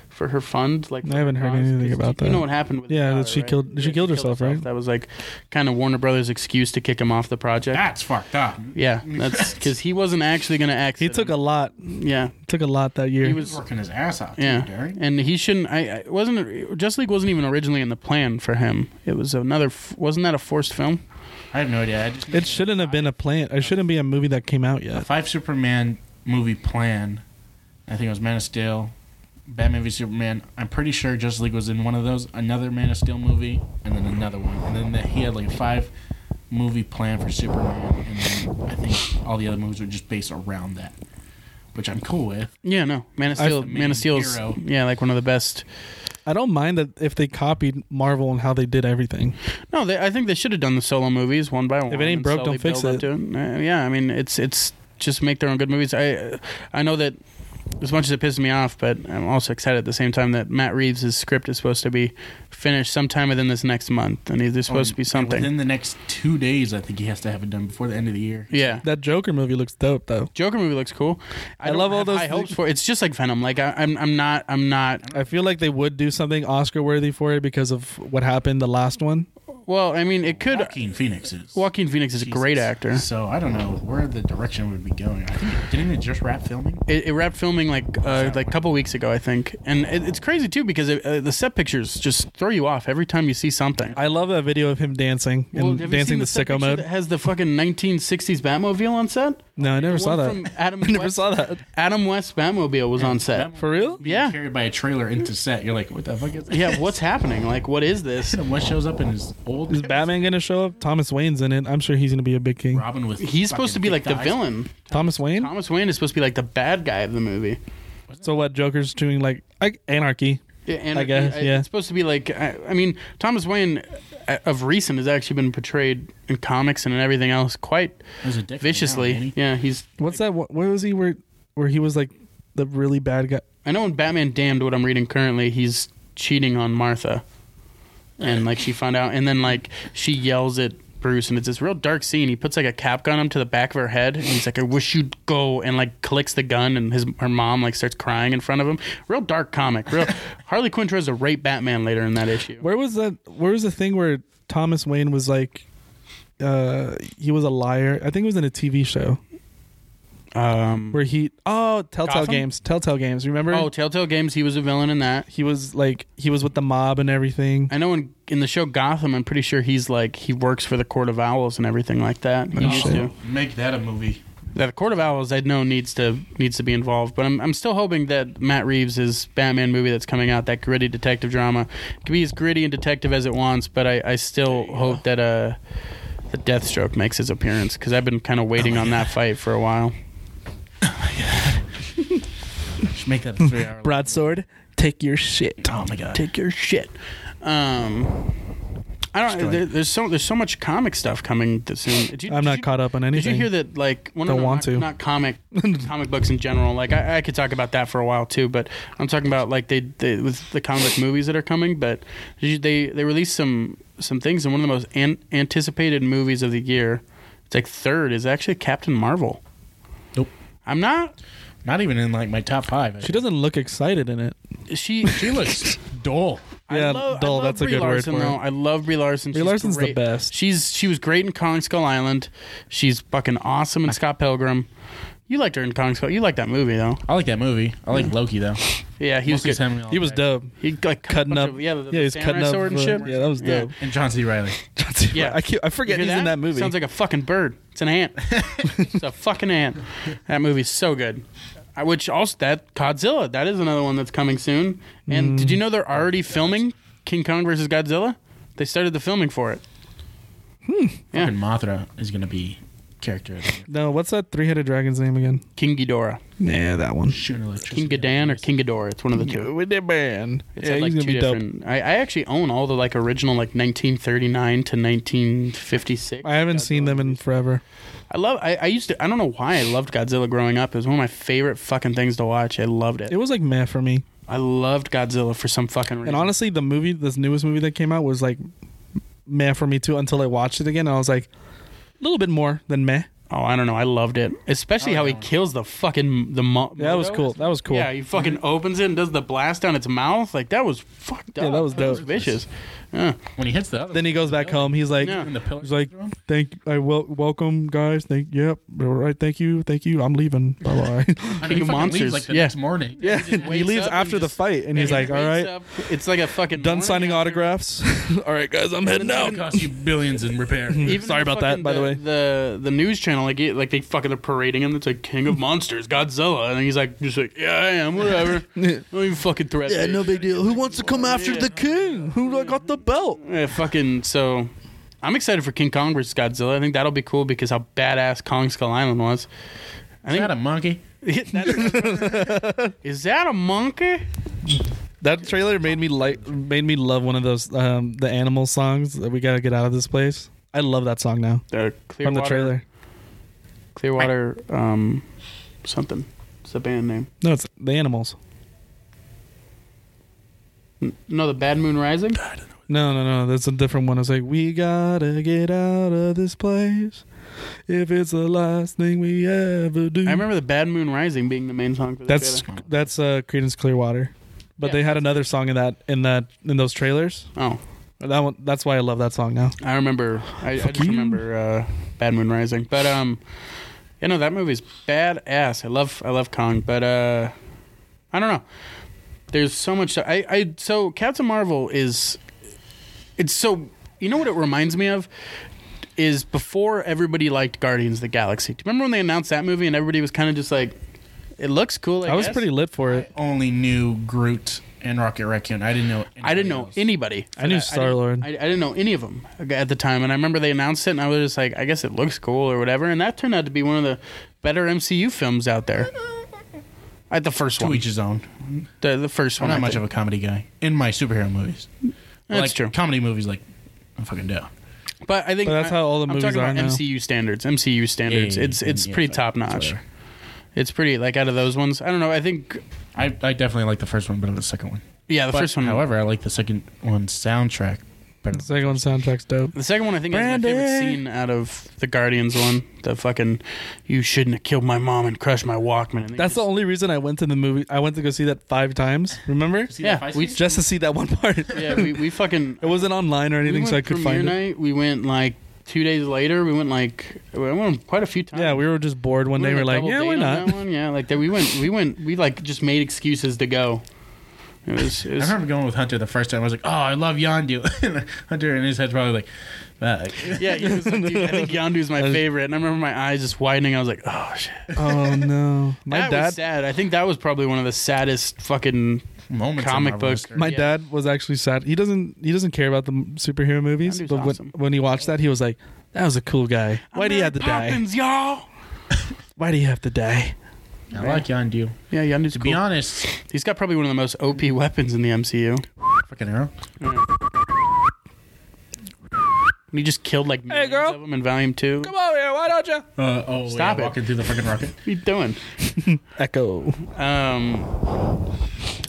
Speaker 2: for her fund. Like
Speaker 1: I haven't heard anything about
Speaker 2: You
Speaker 1: that.
Speaker 2: know what happened? with
Speaker 1: Yeah, that
Speaker 2: the daughter,
Speaker 1: she
Speaker 2: right?
Speaker 1: killed- she killed herself, right?
Speaker 2: That was like kind of Warner Brothers' excuse to kick him off the project.
Speaker 3: that's fucked up.
Speaker 2: Yeah, that's because he wasn't actually going to act.
Speaker 1: He took a lot.
Speaker 2: yeah.
Speaker 1: Took a lot that year.
Speaker 2: He
Speaker 3: He
Speaker 2: was
Speaker 3: was working his ass off.
Speaker 2: Yeah,
Speaker 3: too, Derek.
Speaker 2: and he shouldn't. I, I wasn't. Just League wasn't even originally in the plan for him. It was another. f- Wasn't that a forced film?
Speaker 3: I have no idea. I just
Speaker 1: it shouldn't have been a plan. It shouldn't be a movie that came out
Speaker 3: the
Speaker 1: yet.
Speaker 3: five Superman movie plan. I think it was Man of Steel, Batman v Superman. I'm pretty sure Justice League was in one of those. Another Man of Steel movie, and then another one, and then the, he had like a five movie plan for Superman, and then I think all the other movies were just based around that, which I'm cool with.
Speaker 2: Yeah, no. Man of
Speaker 1: I-
Speaker 2: Steel. Man of Steel is
Speaker 3: Hero.
Speaker 2: yeah, like one of the best.
Speaker 1: I don't mind that if they copied Marvel and how they did everything.
Speaker 2: No, they, I think they should have done the solo movies one by one.
Speaker 1: ain't
Speaker 2: and
Speaker 1: broke,
Speaker 2: slowly
Speaker 1: don't fix
Speaker 2: build up
Speaker 1: it.
Speaker 2: to Uh, yeah, I mean it's it's just make their own good movies. I I know that as much as it pisses me off, but I'm also excited at the same time that Matt Reeves' script is supposed to be finished sometime within this next month, and there's supposed to be
Speaker 3: And
Speaker 2: something.
Speaker 3: Oh, Within the next two days, I think he has to have it done before the end of the year.
Speaker 2: Yeah.
Speaker 1: That Joker movie looks dope though.
Speaker 2: Joker movie looks cool.
Speaker 1: I
Speaker 2: don't
Speaker 1: love all
Speaker 2: have
Speaker 1: those
Speaker 2: high hopes
Speaker 1: things.
Speaker 2: for. it. It's just like Venom. Like I, I'm, I'm not, I'm not.
Speaker 1: I feel like they would do something Oscar worthy for it because of what happened the last one.
Speaker 2: Well, I mean, it could.
Speaker 3: Joaquin Phoenix is.
Speaker 2: Joaquin Phoenix is a
Speaker 3: Jesus.
Speaker 2: great actor.
Speaker 3: So I don't know where the direction would be going. I think didn't it just wrap filming?
Speaker 2: It, it wrapped filming like uh, like a couple weeks ago, I think, and it, it's crazy too because it, uh, the set pictures just throw you off every time you see something.
Speaker 1: I love that video of him dancing
Speaker 2: Well,
Speaker 1: and
Speaker 2: have you
Speaker 1: dancing
Speaker 2: seen
Speaker 1: the
Speaker 2: set
Speaker 1: sicko
Speaker 2: picture
Speaker 1: mode.
Speaker 2: That has the fucking 1960s Batmobile on set.
Speaker 1: no, I never
Speaker 2: The
Speaker 1: saw
Speaker 2: one
Speaker 1: that.
Speaker 2: From Adam
Speaker 1: I never
Speaker 2: West-
Speaker 1: saw that.
Speaker 2: Adam West Batmobile was on set.
Speaker 3: That
Speaker 1: For real?
Speaker 3: being
Speaker 2: Yeah.
Speaker 3: Carried by a trailer into set. You're like, what the fuck is that?
Speaker 2: Yeah, what's happening? Like, what is this?
Speaker 3: And West shows up in his old.
Speaker 1: Is Batman gonna show up? Thomas Wayne's in it. I'm sure he's gonna be a big king.
Speaker 3: Robin with.
Speaker 2: He's supposed to
Speaker 3: fucking
Speaker 2: be
Speaker 3: big
Speaker 2: like the
Speaker 3: thighs.
Speaker 2: villain.
Speaker 1: Thomas Wayne.
Speaker 2: Thomas Wayne is supposed to be like the bad guy of the movie.
Speaker 1: So what? Joker's doing like, like anarchy.
Speaker 2: Yeah, and
Speaker 1: I guess,
Speaker 2: I-
Speaker 1: yeah.
Speaker 2: It's supposed to be like I, I mean Thomas Wayne uh, of recent has actually been portrayed in comics and in everything else quite
Speaker 3: There's a dick right now,
Speaker 2: viciously.
Speaker 3: Andy.
Speaker 2: yeah, he's
Speaker 1: What's that? wh- Where was he? Where where he was like the really bad guy?
Speaker 2: I know in Batman Damned what I'm reading currently, he's cheating on Martha. And like she found out and then like she yells at Bruce and it's this real dark scene. He puts like a cap gun on to the back of her head and he's like, I wish you'd go and like clicks the gun and his her mom like starts crying in front of him. Real dark comic. Real Harley Quinn tries to rape Batman later in that issue.
Speaker 1: Where was that? Where was the thing where Thomas Wayne was like, uh, he was a liar? I think it was in a TV show
Speaker 2: Um
Speaker 1: where he. Oh, Telltale
Speaker 2: Gotham?
Speaker 1: Games. Telltale Games. Remember?
Speaker 2: Oh, Telltale Games, he was a villain in that.
Speaker 1: he was like he was with the mob and everything.
Speaker 2: I know in in the show Gotham, I'm pretty sure he's like he works for the Court of Owls and everything like that. He
Speaker 1: Oh,
Speaker 2: used
Speaker 1: shit.
Speaker 2: to.
Speaker 3: Make that a movie.
Speaker 2: that the Court of Owls I know needs to needs to be involved, but I'm I'm still hoping that Matt Reeves' Batman movie that's coming out, that gritty detective drama, can be as gritty and detective as it wants, but I, I still hope that uh the Deathstroke makes his appearance because I've been kind of waiting on that fight for a while.
Speaker 3: Just make that a three hour.
Speaker 1: Broadsword, take your shit.
Speaker 4: Oh my god.
Speaker 2: Take your shit. Um, I don't. There, there's so there's so much comic stuff coming th- soon. Did you,
Speaker 1: I'm
Speaker 2: did
Speaker 1: not
Speaker 2: you-
Speaker 1: caught up on
Speaker 2: Did
Speaker 1: anything.
Speaker 2: you hear that? Like, well, no,
Speaker 1: Don't
Speaker 2: no,
Speaker 1: want
Speaker 2: not,
Speaker 1: to.
Speaker 2: Not comic, comic books in general. Like, I, I could talk about that for a while too. But I'm talking about like they, they with the comic book movies that are coming. But did you- they they released some some things, and one of the most an- anticipated movies of the year, it's like third, is actually Captain Marvel.
Speaker 3: Nope.
Speaker 2: I'm not.
Speaker 3: Not even in like my top five.
Speaker 1: She doesn't look excited in it.
Speaker 2: She.
Speaker 3: She looks dull.
Speaker 1: Yeah,
Speaker 2: I love,
Speaker 1: dull,
Speaker 2: I love
Speaker 1: that's a
Speaker 2: Brie
Speaker 1: good word
Speaker 2: Larson,
Speaker 1: for it.
Speaker 2: though. I love Brie Larson.
Speaker 1: Brie
Speaker 2: She's
Speaker 1: Larson's the
Speaker 2: great.
Speaker 1: best.
Speaker 2: She's she was great in Kong Skull Island. She's fucking awesome in Scott Pilgrim. You liked her in Kong Skull. You liked that movie though.
Speaker 3: I like that movie. I like Loki though.
Speaker 2: Yeah, he was
Speaker 3: Mostly
Speaker 2: good.
Speaker 3: Samuel L.
Speaker 1: He was
Speaker 3: Jackson.
Speaker 1: dope.
Speaker 2: He like cut a
Speaker 1: Cutting
Speaker 2: bunch
Speaker 1: up,
Speaker 2: of- yeah, the, the
Speaker 1: yeah, he's
Speaker 2: samurai
Speaker 1: cutting up.
Speaker 2: sword and
Speaker 1: uh,
Speaker 2: shit.
Speaker 1: Yeah, that was
Speaker 2: Yeah.
Speaker 1: dope.
Speaker 3: And John C. Riley.
Speaker 2: Yeah.
Speaker 1: I, keep, I forget
Speaker 2: You
Speaker 1: he's
Speaker 2: hear
Speaker 1: in that movie.
Speaker 2: Sounds like a fucking bird. It's an ant. it's a fucking ant. That movie's so good. I, which also that Godzilla. That is another one that's coming soon. And did
Speaker 1: Mm.
Speaker 2: you know they're already filming King Kong versus Godzilla? They started the filming for it. Yeah.
Speaker 3: Fucking Mothra is gonna be character of the year.
Speaker 1: no, what's that three-headed dragon's name again?
Speaker 2: King Ghidorah,
Speaker 1: Yeah, that one.
Speaker 3: Shooting electricity.
Speaker 2: King Ghidon, or King Ghidorah. It's one of the two.
Speaker 1: With the band.
Speaker 2: It's
Speaker 1: yeah,
Speaker 2: had, like
Speaker 1: he's gonna
Speaker 2: two
Speaker 1: be dope.
Speaker 2: different. I, I actually own all the like original like 1939 to 1956.
Speaker 1: I haven't seen them in forever.
Speaker 2: I love. I, I used to. I don't know why I loved Godzilla growing up. It was one of my favorite fucking things to watch. I loved it.
Speaker 1: It was like meh for me.
Speaker 2: I loved Godzilla for some fucking reason.
Speaker 1: And honestly, the movie, this newest movie that came out, was like meh for me too. Until I watched it again, and I was like a little bit more than meh.
Speaker 2: oh, I don't know. I loved it, especially how he kills the fucking the. Mo-
Speaker 1: Yeah, that was
Speaker 2: Moto?
Speaker 1: cool. That was cool.
Speaker 2: Yeah, he fucking opens it and does the blast down its mouth. Like that was fucked up.
Speaker 1: Yeah, that was dope.
Speaker 2: vicious. Yeah.
Speaker 3: When he hits the other
Speaker 1: then he goes back home. He's like,
Speaker 2: Yeah.
Speaker 3: one in the pillar.
Speaker 1: he's like, thank, I wel- welcome guys. Thank, yep, all right. Thank you, thank you. I'm leaving. Bye bye.
Speaker 3: I
Speaker 2: King of
Speaker 3: mean, he fucking
Speaker 2: Monsters.
Speaker 3: leaves like the
Speaker 2: Yeah.
Speaker 3: next morning.
Speaker 1: yeah,
Speaker 3: just
Speaker 1: he
Speaker 3: wakes
Speaker 1: leaves
Speaker 3: up and
Speaker 1: after the
Speaker 3: just-
Speaker 1: fight, and he's
Speaker 2: He
Speaker 1: like, all
Speaker 2: wakes
Speaker 1: right,
Speaker 2: up. It's like a fucking
Speaker 1: done
Speaker 2: morning
Speaker 1: signing
Speaker 2: after-
Speaker 1: autographs. all right, guys, I'm heading
Speaker 3: It's
Speaker 1: out.
Speaker 3: gonna cost you billions in repair.
Speaker 2: Even
Speaker 1: Sorry
Speaker 2: the
Speaker 1: about that,
Speaker 2: fucking-
Speaker 1: by the way.
Speaker 2: The the news channel, like, it- like they fucking are parading him. It's like King of Monsters, Godzilla, and he's like, just like, yeah, I am, whatever. Don't even fucking threaten. me.
Speaker 1: big deal. Who wants to come after
Speaker 2: the
Speaker 1: king? Who got the belt?
Speaker 2: Yeah, fucking. So, I'm excited for King Kong versus Godzilla. I think that'll be cool because how badass Kong Skull Island was. I
Speaker 3: Is
Speaker 2: think
Speaker 3: that a monkey?
Speaker 2: that- is that a monkey?
Speaker 1: That trailer made me like made me love one of those um, the animal songs that we gotta get out of this place. I love that song now
Speaker 2: The Clearwater,
Speaker 1: from the trailer.
Speaker 2: Clearwater, um, something. It's the band name.
Speaker 1: No, it's the animals.
Speaker 2: No, the Bad Moon Rising.
Speaker 1: No, no, no. That's a different one. It's like we gotta get out of this place if it's the last thing we ever do.
Speaker 2: I remember the Bad Moon Rising being the main song for the
Speaker 1: that's
Speaker 2: trailer.
Speaker 1: that's uh, Creedence Clearwater, but
Speaker 2: Yeah,
Speaker 1: they had another song in that in that in those trailers.
Speaker 2: Oh,
Speaker 1: That one. That's why I love that song now.
Speaker 2: I remember. I, I just
Speaker 1: you.
Speaker 2: remember uh, Bad Moon Rising, but um, you know that movie's badass. I love I love Kong, but uh, I don't know. There's so much. I I so Captain Marvel is. It's so you know what it reminds me of is before everybody liked Guardians of the Galaxy. Do you remember when they announced that movie and everybody was kind of just like, it looks cool. I,
Speaker 1: I, was
Speaker 2: guess."
Speaker 1: pretty lit for it.
Speaker 3: Only knew Groot and Rocket Raccoon. I didn't know.
Speaker 2: I didn't know
Speaker 3: anybody else.
Speaker 2: anybody.
Speaker 1: I knew
Speaker 2: didn't-
Speaker 1: Star-Lord.
Speaker 2: I, I didn't know any of them at the time, and I remember they announced it, and I was just like, I guess it looks cool or whatever, and that turned out to be one of the better MCU films out there. I the first
Speaker 3: To
Speaker 2: one.
Speaker 3: each his own.
Speaker 2: The, the first
Speaker 3: I'm
Speaker 2: one.
Speaker 3: not much of a comedy guy in my superhero movies.
Speaker 2: That's
Speaker 3: like,
Speaker 2: true.
Speaker 3: Comedy movies, like I'm fucking down.
Speaker 2: But I think
Speaker 1: But that's how all the
Speaker 2: I'm
Speaker 1: movies
Speaker 2: talking
Speaker 1: are
Speaker 2: about
Speaker 1: now.
Speaker 2: MCU standards. MCU standards.
Speaker 3: Yeah, yeah,
Speaker 2: it's
Speaker 3: yeah,
Speaker 2: it's
Speaker 3: yeah,
Speaker 2: pretty
Speaker 3: it's like-
Speaker 2: top notch.
Speaker 3: whatever.
Speaker 2: It's pretty like out of those ones. I don't know. I think
Speaker 3: I, I definitely like the first one better than the second one.
Speaker 2: yeah, the
Speaker 3: But,
Speaker 2: first one.
Speaker 3: however, I like the second one soundtrack better.
Speaker 1: The second one soundtrack's dope.
Speaker 2: the second one I think is my favorite
Speaker 1: Brandy.
Speaker 2: scene out of the Guardians one. The fucking you shouldn't have killed my mom and crushed my Walkman. And they
Speaker 1: That's the only reason I went to the movie. I went to go see that five times. Remember?
Speaker 2: that Yeah, fight we- scene?
Speaker 1: Just to see that one part.
Speaker 2: just- yeah, we, we fucking
Speaker 1: It wasn't online or anything,
Speaker 2: we
Speaker 1: so I
Speaker 2: went
Speaker 1: could
Speaker 2: premiere
Speaker 1: find it.
Speaker 2: night. We went like two days later. We went like we went quite a few times.
Speaker 1: Yeah, we were just bored one day. We're
Speaker 2: on a
Speaker 1: like,
Speaker 2: double
Speaker 1: yeah,
Speaker 2: date
Speaker 1: why
Speaker 2: on
Speaker 1: not?
Speaker 2: that one. Yeah, like that. We went. We went. We like just made excuses to go. It was. It
Speaker 3: I
Speaker 2: was
Speaker 3: remember going with Hunter the first time. I was like, "Oh, I love Yondu." And Hunter in his head's probably like, "Fuck."
Speaker 2: yeah, he was like, dude, I think Yondu's my favorite, and I remember my eyes just widening. I was like, oh shit.
Speaker 1: Oh no, my
Speaker 2: that was
Speaker 1: dad.
Speaker 2: sad. I think that was probably one of the saddest fucking.
Speaker 3: Moments in
Speaker 2: Comic
Speaker 3: Marvel
Speaker 2: book.
Speaker 3: history.
Speaker 1: My
Speaker 2: Yeah.
Speaker 1: dad was actually sad. He doesn't. He doesn't care about the m- superhero movies.
Speaker 2: Yondu's
Speaker 1: But when,
Speaker 2: awesome.
Speaker 1: when he watched that, he was like, "That was a cool guy. Why do you have to die?
Speaker 2: Poppins, y'all.
Speaker 1: Why do you have to die?"
Speaker 3: I like Yondu.
Speaker 2: Yeah, Yondu's
Speaker 3: To
Speaker 2: cool.
Speaker 3: be honest,
Speaker 2: He's got probably one of the most OP weapons in the MCU.
Speaker 3: fucking arrow.
Speaker 2: He just killed like millions
Speaker 1: girl.
Speaker 2: of them in Volume Two.
Speaker 1: over here. Why don't you?
Speaker 3: Uh, oh,
Speaker 2: Stop
Speaker 3: yeah,
Speaker 2: it.
Speaker 3: Walking through the fucking rocket.
Speaker 2: What are you doing?
Speaker 1: Echo.
Speaker 2: Um,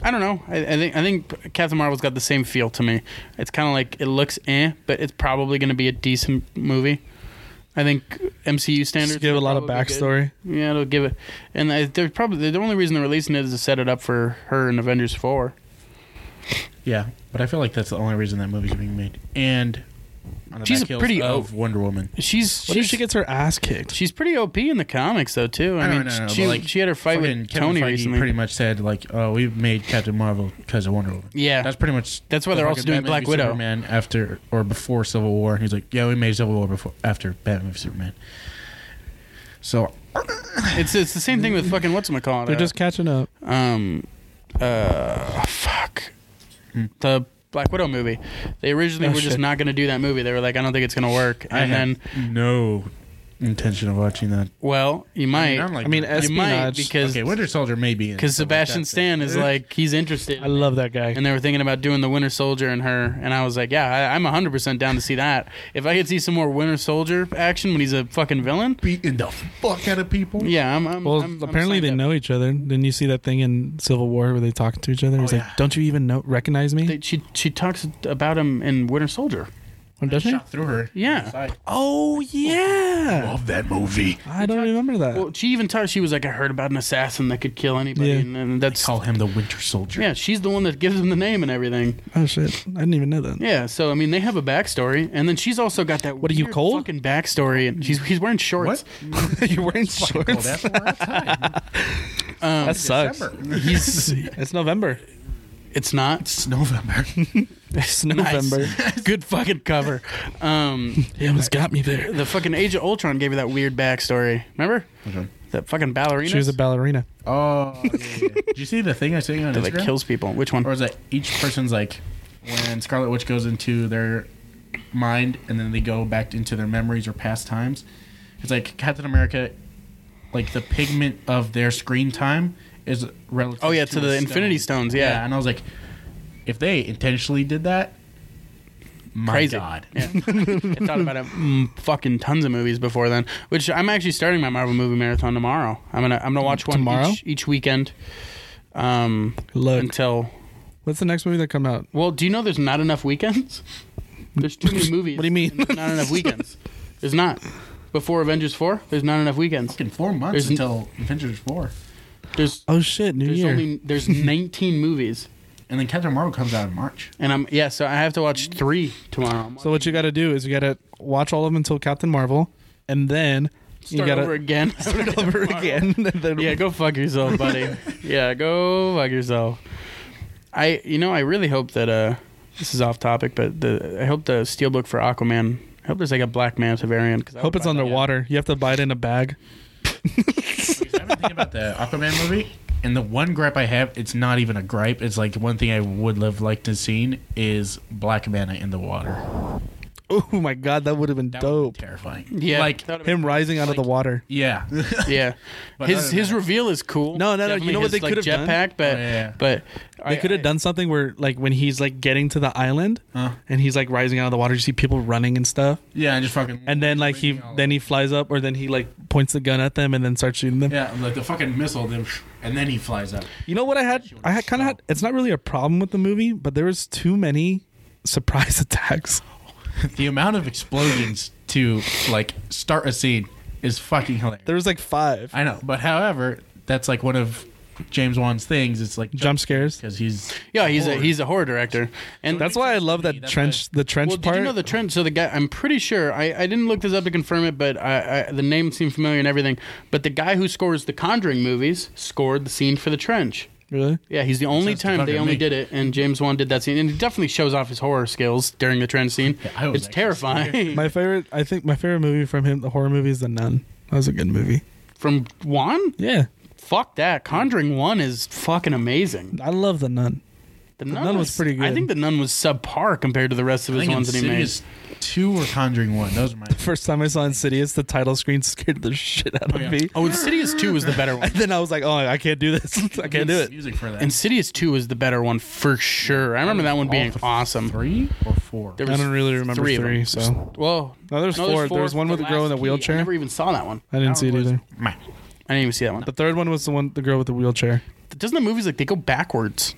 Speaker 2: I don't know. I, I think I think Captain Marvel's got the same feel to me. It's kind of like it looks eh, but it's probably going to be a decent movie. I think MCU standards
Speaker 1: Just give a
Speaker 2: are
Speaker 1: lot of
Speaker 2: probably good.
Speaker 1: backstory.
Speaker 2: Yeah, it'll give it. And I, they're probably the only reason they're releasing it is to set it up for her in Avengers Four.
Speaker 3: Yeah, but I feel like that's the only reason that movie's being made. And on the
Speaker 2: She's
Speaker 3: back
Speaker 2: a
Speaker 3: heels
Speaker 2: pretty
Speaker 3: of Wonder Woman.
Speaker 2: She's
Speaker 1: What if
Speaker 2: she's,
Speaker 1: she gets her ass kicked?
Speaker 2: she's pretty OP in the comics though too. I,
Speaker 3: I
Speaker 2: mean,
Speaker 3: don't know,
Speaker 2: she
Speaker 3: but, like,
Speaker 2: she had her fight
Speaker 3: Fucking
Speaker 2: with
Speaker 3: Kevin
Speaker 2: Tony
Speaker 3: Feige
Speaker 2: recently.
Speaker 3: pretty much said like, "Oh, we made Captain Marvel because of Wonder Woman."
Speaker 2: yeah,
Speaker 3: That's
Speaker 2: that's,
Speaker 3: pretty much.
Speaker 2: why they're
Speaker 3: the
Speaker 2: also
Speaker 3: fucking
Speaker 2: doing
Speaker 3: Batman
Speaker 2: Black
Speaker 3: v
Speaker 2: Widow.
Speaker 3: Superman after or before Civil War, and he's like, "Yeah, we made Civil War before after Batman v Superman." So
Speaker 2: It's it's the same thing with fucking what's it called?
Speaker 1: They're just catching up.
Speaker 2: um uh fuck the Black Widow movie. They originally
Speaker 1: Oh,
Speaker 2: were just
Speaker 1: shit.
Speaker 2: not going to do that movie. They were like, I don't think it's going to work.
Speaker 3: I
Speaker 2: And then,
Speaker 3: have no intention of watching that.
Speaker 2: well, you might.
Speaker 3: I'm like,
Speaker 1: I mean,
Speaker 3: okay,
Speaker 2: you might
Speaker 1: espionage.
Speaker 2: because
Speaker 3: Winter Soldier may be in it,
Speaker 2: cause
Speaker 3: but, like,
Speaker 2: Sebastian
Speaker 3: that's it.
Speaker 2: Stan is like he's interested.
Speaker 1: I love that guy.
Speaker 2: and they were thinking about doing the Winter Soldier and her, and I was like, yeah, I, I'm 100 percent down to see that. If I could see some more Winter Soldier action when he's a fucking villain,
Speaker 3: beating the fuck out of people.
Speaker 2: yeah, I'm. I'm
Speaker 1: Well,
Speaker 2: Mm, I'm- I'm
Speaker 1: apparently
Speaker 2: signed
Speaker 1: they
Speaker 2: up.
Speaker 1: know each other. Didn't you see that thing in Civil War where they talk to each other? He's
Speaker 3: yeah.
Speaker 1: like, "Don't you even know recognize me?"
Speaker 2: Oh, They, she she talks about him in Winter Soldier.
Speaker 1: Or doesn't he?
Speaker 3: Shot through her.
Speaker 2: Yeah.
Speaker 3: Side.
Speaker 1: Oh yeah,
Speaker 4: Love that movie.
Speaker 1: I don't remember that.
Speaker 2: Well, she even talked. She was like, I heard about an assassin that could kill anybody,
Speaker 1: Yeah.
Speaker 2: and, and that's
Speaker 3: Call him the Winter Soldier.
Speaker 2: yeah. She's the one that gives him the name and everything.
Speaker 1: oh shit, I didn't even know that.
Speaker 2: Yeah. So I mean, they have a backstory, and then she's also got that.
Speaker 1: What are you,
Speaker 2: weird
Speaker 1: cold?
Speaker 2: Fucking backstory, and she's he's wearing shorts.
Speaker 1: You're wearing
Speaker 3: Well,
Speaker 1: shorts.
Speaker 3: that's what we're at.
Speaker 2: Um,
Speaker 1: That sucks.
Speaker 3: December.
Speaker 2: he's
Speaker 1: It's November.
Speaker 2: it's not
Speaker 3: It's November.
Speaker 1: It's November.
Speaker 2: Nice. Good fucking cover. Um,
Speaker 1: He almost got me there.
Speaker 2: the fucking Age of Ultron gave her that weird backstory. Remember that fucking ballerina
Speaker 1: She was a ballerina.
Speaker 3: Oh, yeah, yeah. did you see the thing I was saying on
Speaker 2: that
Speaker 3: Instagram?
Speaker 2: like kills people. Which one?
Speaker 3: or is that each person's like when Scarlet Witch goes into their mind and then they go back into their memories or past times? It's like Captain America, like the pigment of their screen time is relative.
Speaker 2: Oh, yeah, to
Speaker 3: a
Speaker 2: the Infinity Stones, yeah.
Speaker 3: and I was like, if they intentionally did that, my
Speaker 2: Crazy.
Speaker 3: God,
Speaker 2: Yeah. I thought about it mm, fucking tons of movies before then. Which I'm actually starting my Marvel movie marathon tomorrow. I'm gonna I'm gonna watch one
Speaker 1: Tomorrow?
Speaker 2: each, each weekend. Um,
Speaker 1: Look,
Speaker 2: until
Speaker 1: what's the next movie that come out?
Speaker 2: well, do you know there's not enough weekends? There's too many movies.
Speaker 1: What do you mean?
Speaker 2: and there's not enough weekends. There's not. Before Avengers four, there's not enough weekends.
Speaker 3: fucking four months
Speaker 2: There's n-
Speaker 3: until Avengers four,
Speaker 2: There's
Speaker 1: Oh shit, New
Speaker 2: there's
Speaker 1: Year.
Speaker 2: only there's 19 movies,
Speaker 3: and then Captain Marvel comes out in March.
Speaker 2: and I'm yeah. So I have to watch three tomorrow.
Speaker 1: so what you got to do is you got to watch all of them until Captain Marvel, and then you
Speaker 2: start
Speaker 1: got
Speaker 2: over
Speaker 1: to
Speaker 2: again.
Speaker 1: start over again. and then-
Speaker 2: Yeah, go fuck yourself, buddy. yeah, go fuck yourself. I, you know, I really hope that uh, this is off topic, but the I hope the steelbook for Aquaman. I hope there's like a black manta variant. 'cause I
Speaker 1: Hope
Speaker 2: would
Speaker 1: it's
Speaker 2: buy that.
Speaker 1: underwater. You have to buy it in a bag.
Speaker 3: Because I've been thinking about the Aquaman movie, and the one gripe I have, it's not even a gripe. It's like one thing I would have liked to seen is Black Mana in the water.
Speaker 1: oh my god, that would have been
Speaker 3: That would've been
Speaker 1: dope.
Speaker 4: Terrifying.
Speaker 2: Yeah,
Speaker 3: Like,
Speaker 2: that would've been-
Speaker 1: Him rising out of the water.
Speaker 3: Yeah.
Speaker 2: Yeah,
Speaker 3: But other
Speaker 2: his
Speaker 3: than
Speaker 2: his
Speaker 3: that-
Speaker 2: reveal is cool.
Speaker 1: No, no, no, you know what
Speaker 2: his,
Speaker 1: they
Speaker 2: like,
Speaker 1: could've done?
Speaker 2: jetpack, but
Speaker 3: Oh, yeah.
Speaker 2: but
Speaker 1: They could have done something where, like, when he's like getting to the island
Speaker 3: Huh?
Speaker 1: and he's like rising out of the water, you see people running and stuff,
Speaker 3: Yeah, and just fucking.
Speaker 1: and then like he then he flies up or then he like points the gun at them and then starts shooting them.
Speaker 3: Yeah, like the fucking missile, then, and then he flies up.
Speaker 1: You know what I had? I had kind of had. It's not really a problem with the movie, but there was too many surprise attacks.
Speaker 3: The amount of explosions to like start a scene is fucking hilarious.
Speaker 1: There was like five
Speaker 3: I know, but however, that's like one of James Wan's things. It's like
Speaker 1: jump scares.
Speaker 3: because he's
Speaker 2: Yeah, he's a he's a horror director, and
Speaker 1: That's why I love that
Speaker 3: That's
Speaker 1: trench. The trench
Speaker 2: Well,
Speaker 1: part.
Speaker 2: did you know the trend? So the guy, I'm pretty sure. I, I didn't look this up to confirm it, but I, I, the name seemed familiar and everything. But the guy who scores the Conjuring movies scored the scene for the trench.
Speaker 1: really?
Speaker 2: Yeah, he's the only
Speaker 3: sounds
Speaker 2: time they
Speaker 3: fucking
Speaker 2: only
Speaker 3: me.
Speaker 2: did it, and James Wan did that scene, and he definitely shows off his horror skills during the trench scene.
Speaker 3: Yeah, I was
Speaker 2: it's
Speaker 3: actually
Speaker 2: terrifying.
Speaker 1: My favorite. I think my favorite movie from him, the horror movie, is The Nun. That was a good movie.
Speaker 2: From Wan,
Speaker 1: Yeah,
Speaker 2: fuck that. Conjuring One is fucking amazing.
Speaker 1: I love The Nun.
Speaker 2: The Nun,
Speaker 1: Nun was pretty
Speaker 2: I
Speaker 1: good.
Speaker 2: think the Nun was subpar compared to the rest of
Speaker 3: I
Speaker 2: his
Speaker 3: think
Speaker 2: ones that he made.
Speaker 3: Insidious two or Conjuring one. Those are my.
Speaker 1: First time I saw Insidious, the title screen scared the shit out of
Speaker 3: yeah.
Speaker 1: me.
Speaker 2: Oh, Insidious Two was the better one.
Speaker 1: And then I was like, oh, I can't do this. I can't do it.
Speaker 3: Music for that.
Speaker 2: Insidious Two is the better one for sure. I remember that one being
Speaker 3: All
Speaker 2: awesome.
Speaker 3: Three or four.
Speaker 2: There
Speaker 1: I
Speaker 2: was
Speaker 1: don't really remember
Speaker 2: three
Speaker 1: three.
Speaker 2: of them.
Speaker 1: so
Speaker 2: Well,
Speaker 1: No, there's four. There was one with the girl in
Speaker 2: last
Speaker 1: the
Speaker 2: key.
Speaker 1: wheelchair.
Speaker 2: I never even saw that one.
Speaker 1: I didn't see it
Speaker 3: That one
Speaker 1: either.
Speaker 3: was- Meh.
Speaker 2: I didn't even see that one.
Speaker 1: The third one was the one, the girl with the wheelchair.
Speaker 2: But doesn't the movies like they go backwards?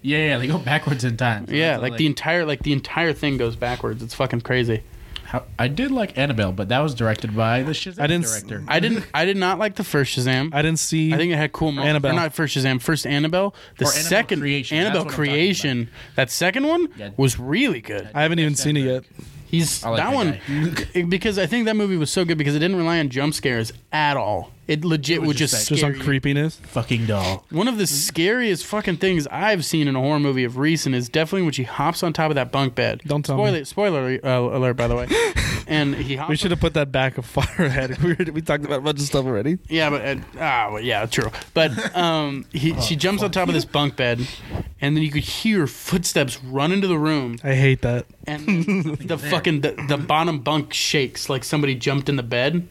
Speaker 3: Yeah, yeah, they go backwards in time. So
Speaker 2: Yeah,
Speaker 3: that's
Speaker 2: like, the entire like the entire thing goes backwards. It's fucking crazy.
Speaker 3: How, I did like Annabelle, but that was directed by the Shazam
Speaker 1: I didn't s-
Speaker 3: director.
Speaker 2: I didn't. I did not like the first Shazam. I,
Speaker 1: I didn't see.
Speaker 2: think it had cool moments.
Speaker 1: Annabelle.
Speaker 2: Or not first Shazam. First Annabelle. The
Speaker 3: Or Annabelle
Speaker 2: second
Speaker 3: Creation,
Speaker 2: Annabelle
Speaker 3: that's what I'm talking
Speaker 2: Creation. That second one
Speaker 3: Yeah.
Speaker 2: was really good.
Speaker 1: I haven't even seen it yet.
Speaker 2: He's
Speaker 3: I like
Speaker 2: that
Speaker 3: that
Speaker 2: one because I think that movie was so good because it didn't rely on jump scares at all. It legit
Speaker 3: was
Speaker 2: would
Speaker 3: just
Speaker 2: just
Speaker 3: that-
Speaker 1: Just
Speaker 2: scare
Speaker 1: on
Speaker 2: you.
Speaker 1: creepiness.
Speaker 3: Fucking doll.
Speaker 2: One of the scariest fucking things I've seen in a horror movie of recent is definitely when she hops on top of that bunk bed.
Speaker 1: Don't tell
Speaker 2: spoiler,
Speaker 1: me.
Speaker 2: Spoiler uh, alert, by the way. and he hops.
Speaker 1: We should have put that back a far ahead. We, were, we talked about a bunch of stuff already.
Speaker 2: Yeah, but uh, ah, well, yeah, true. But um, he, she jumps on top of this bunk bed, and then you could hear footsteps run into the room,
Speaker 1: I hate that.
Speaker 2: and then the fucking the, the bottom bunk shakes like somebody jumped in the bed,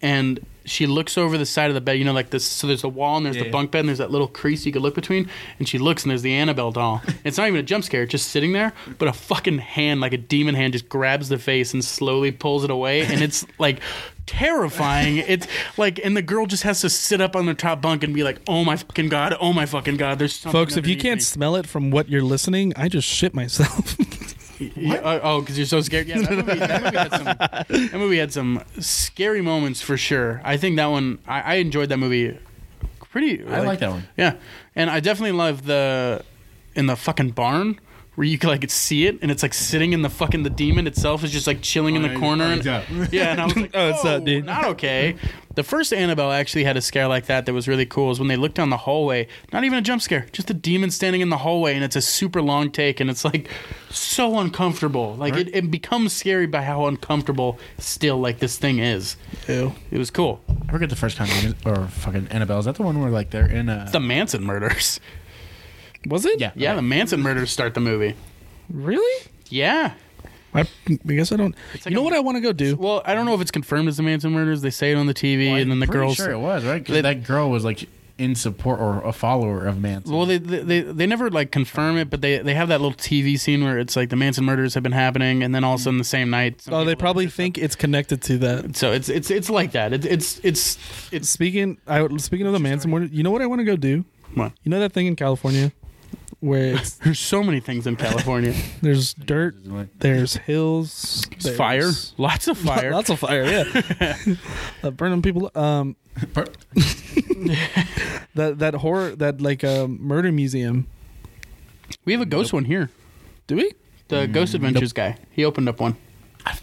Speaker 2: and she looks over the side of the bed. You know, like this. So there's a wall, and there's the
Speaker 3: Yeah.
Speaker 2: bunk bed, and there's that little crease you could look between. And she looks, and there's the Annabelle doll. It's not even a jump scare; it's just sitting there. But a fucking hand, like a demon hand, just grabs the face and slowly pulls it away, and it's like terrifying. It's like, and the girl just has to sit up on the top bunk and be like, "Oh my fucking god! Oh my fucking god!" There's something
Speaker 1: Folks, if you
Speaker 2: underneath
Speaker 1: can't
Speaker 2: me."
Speaker 1: smell it from what you're listening, I just shit myself.
Speaker 2: Yeah, oh, oh, because you're so scared. Yeah, that movie, that, movie had some, that movie had some scary moments for sure. I think that one, I, I enjoyed that movie pretty.
Speaker 3: I like that one.
Speaker 2: Yeah, and I definitely love the in the fucking barn where you can like see it, and it's like sitting in the fucking the demon itself is just like chilling in
Speaker 3: Oh,
Speaker 2: the
Speaker 3: yeah,
Speaker 2: corner.
Speaker 3: oh,
Speaker 2: And,
Speaker 3: it's up.
Speaker 2: yeah, and I was like,
Speaker 1: Oh, it's up,
Speaker 2: "Whoa,
Speaker 1: dude."
Speaker 2: Not okay. The first Annabelle actually had a scare like that that was really cool. Is when they looked down the hallway, not even a jump scare, just a demon standing in the hallway, and it's a super long take, and it's like so uncomfortable. Like it, it becomes scary by how uncomfortable still like this thing is.
Speaker 1: Ew.
Speaker 2: It was cool.
Speaker 3: I forget the first Conjuring or fucking Annabelle. Is that the one where like they're in a?
Speaker 2: The Manson murders.
Speaker 1: Was it?
Speaker 3: yeah,
Speaker 2: Yeah, the Manson murders start the movie.
Speaker 1: Really?
Speaker 2: Yeah.
Speaker 1: I, I guess I don't.
Speaker 2: like
Speaker 1: you know
Speaker 2: a-
Speaker 1: what I want to go do?
Speaker 2: Well, I don't know if it's confirmed as the Manson murders. They say it on the TV,
Speaker 3: Well,
Speaker 2: and then the
Speaker 3: I'm pretty
Speaker 2: girls.
Speaker 3: Sure, it was right. 'Cause
Speaker 2: They-
Speaker 3: that girl was like in support or a follower of Manson.
Speaker 2: Well, they, they they they never like confirm it, but they they have that little TV scene where it's like the Manson murders have been happening, and then all of a sudden the same night. some
Speaker 1: Oh, they
Speaker 2: people-
Speaker 1: probably think it's connected to that.
Speaker 2: So it's it's it's like that. It's it's it's it's
Speaker 1: Speaking, I speaking of the Manson murder, you know what I want to go do?
Speaker 2: What?
Speaker 1: You know that thing in California where it's
Speaker 2: there's so many things in California.
Speaker 1: there's dirt, there's hills,
Speaker 2: It's
Speaker 1: there's
Speaker 2: fire, lots of fire.
Speaker 1: lots of fire. Yeah, uh, burning people. Um, that that horror, that like um, murder museum.
Speaker 2: we have a ghost one here.
Speaker 1: Do we? Mm,
Speaker 2: The Ghost Adventures guy. He opened up one.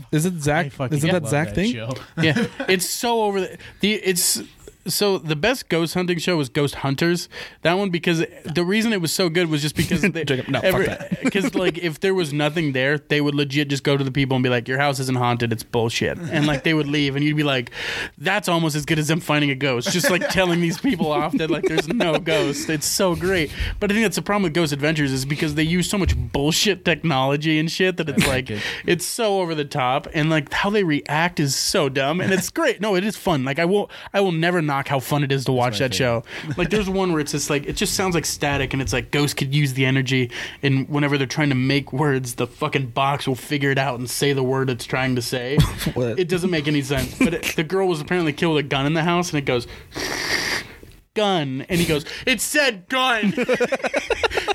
Speaker 1: Is it Zach? Isn't that Zach thing?
Speaker 2: Yeah, it's so over the, the it's so the best ghost hunting show was Ghost Hunters. That one because the reason it was so good was just because they,
Speaker 1: Jacob, no, fuck that.
Speaker 2: because like if there was nothing there, they would legit just go to the people and be like, "Your house isn't haunted. It's bullshit." And like they would leave, and you'd be like, "That's almost as good as them finding a ghost." Just like telling these people off that like there's no ghost. It's so great. But I think that's the problem with Ghost Adventures is because they use so much bullshit technology and shit that it's like
Speaker 3: it.
Speaker 2: it's so over the top and like how they react is so dumb and it's great no it is fun like i will i will never knock how fun it is to watch that show like there's one where it's just like it just sounds like static and it's like ghosts could use the energy and whenever they're trying to make words the fucking box will figure it out and say the word it's trying to say
Speaker 1: What?
Speaker 2: it doesn't make any sense but it, the girl was apparently killed with a gun in the house and it goes gun and he goes it said gun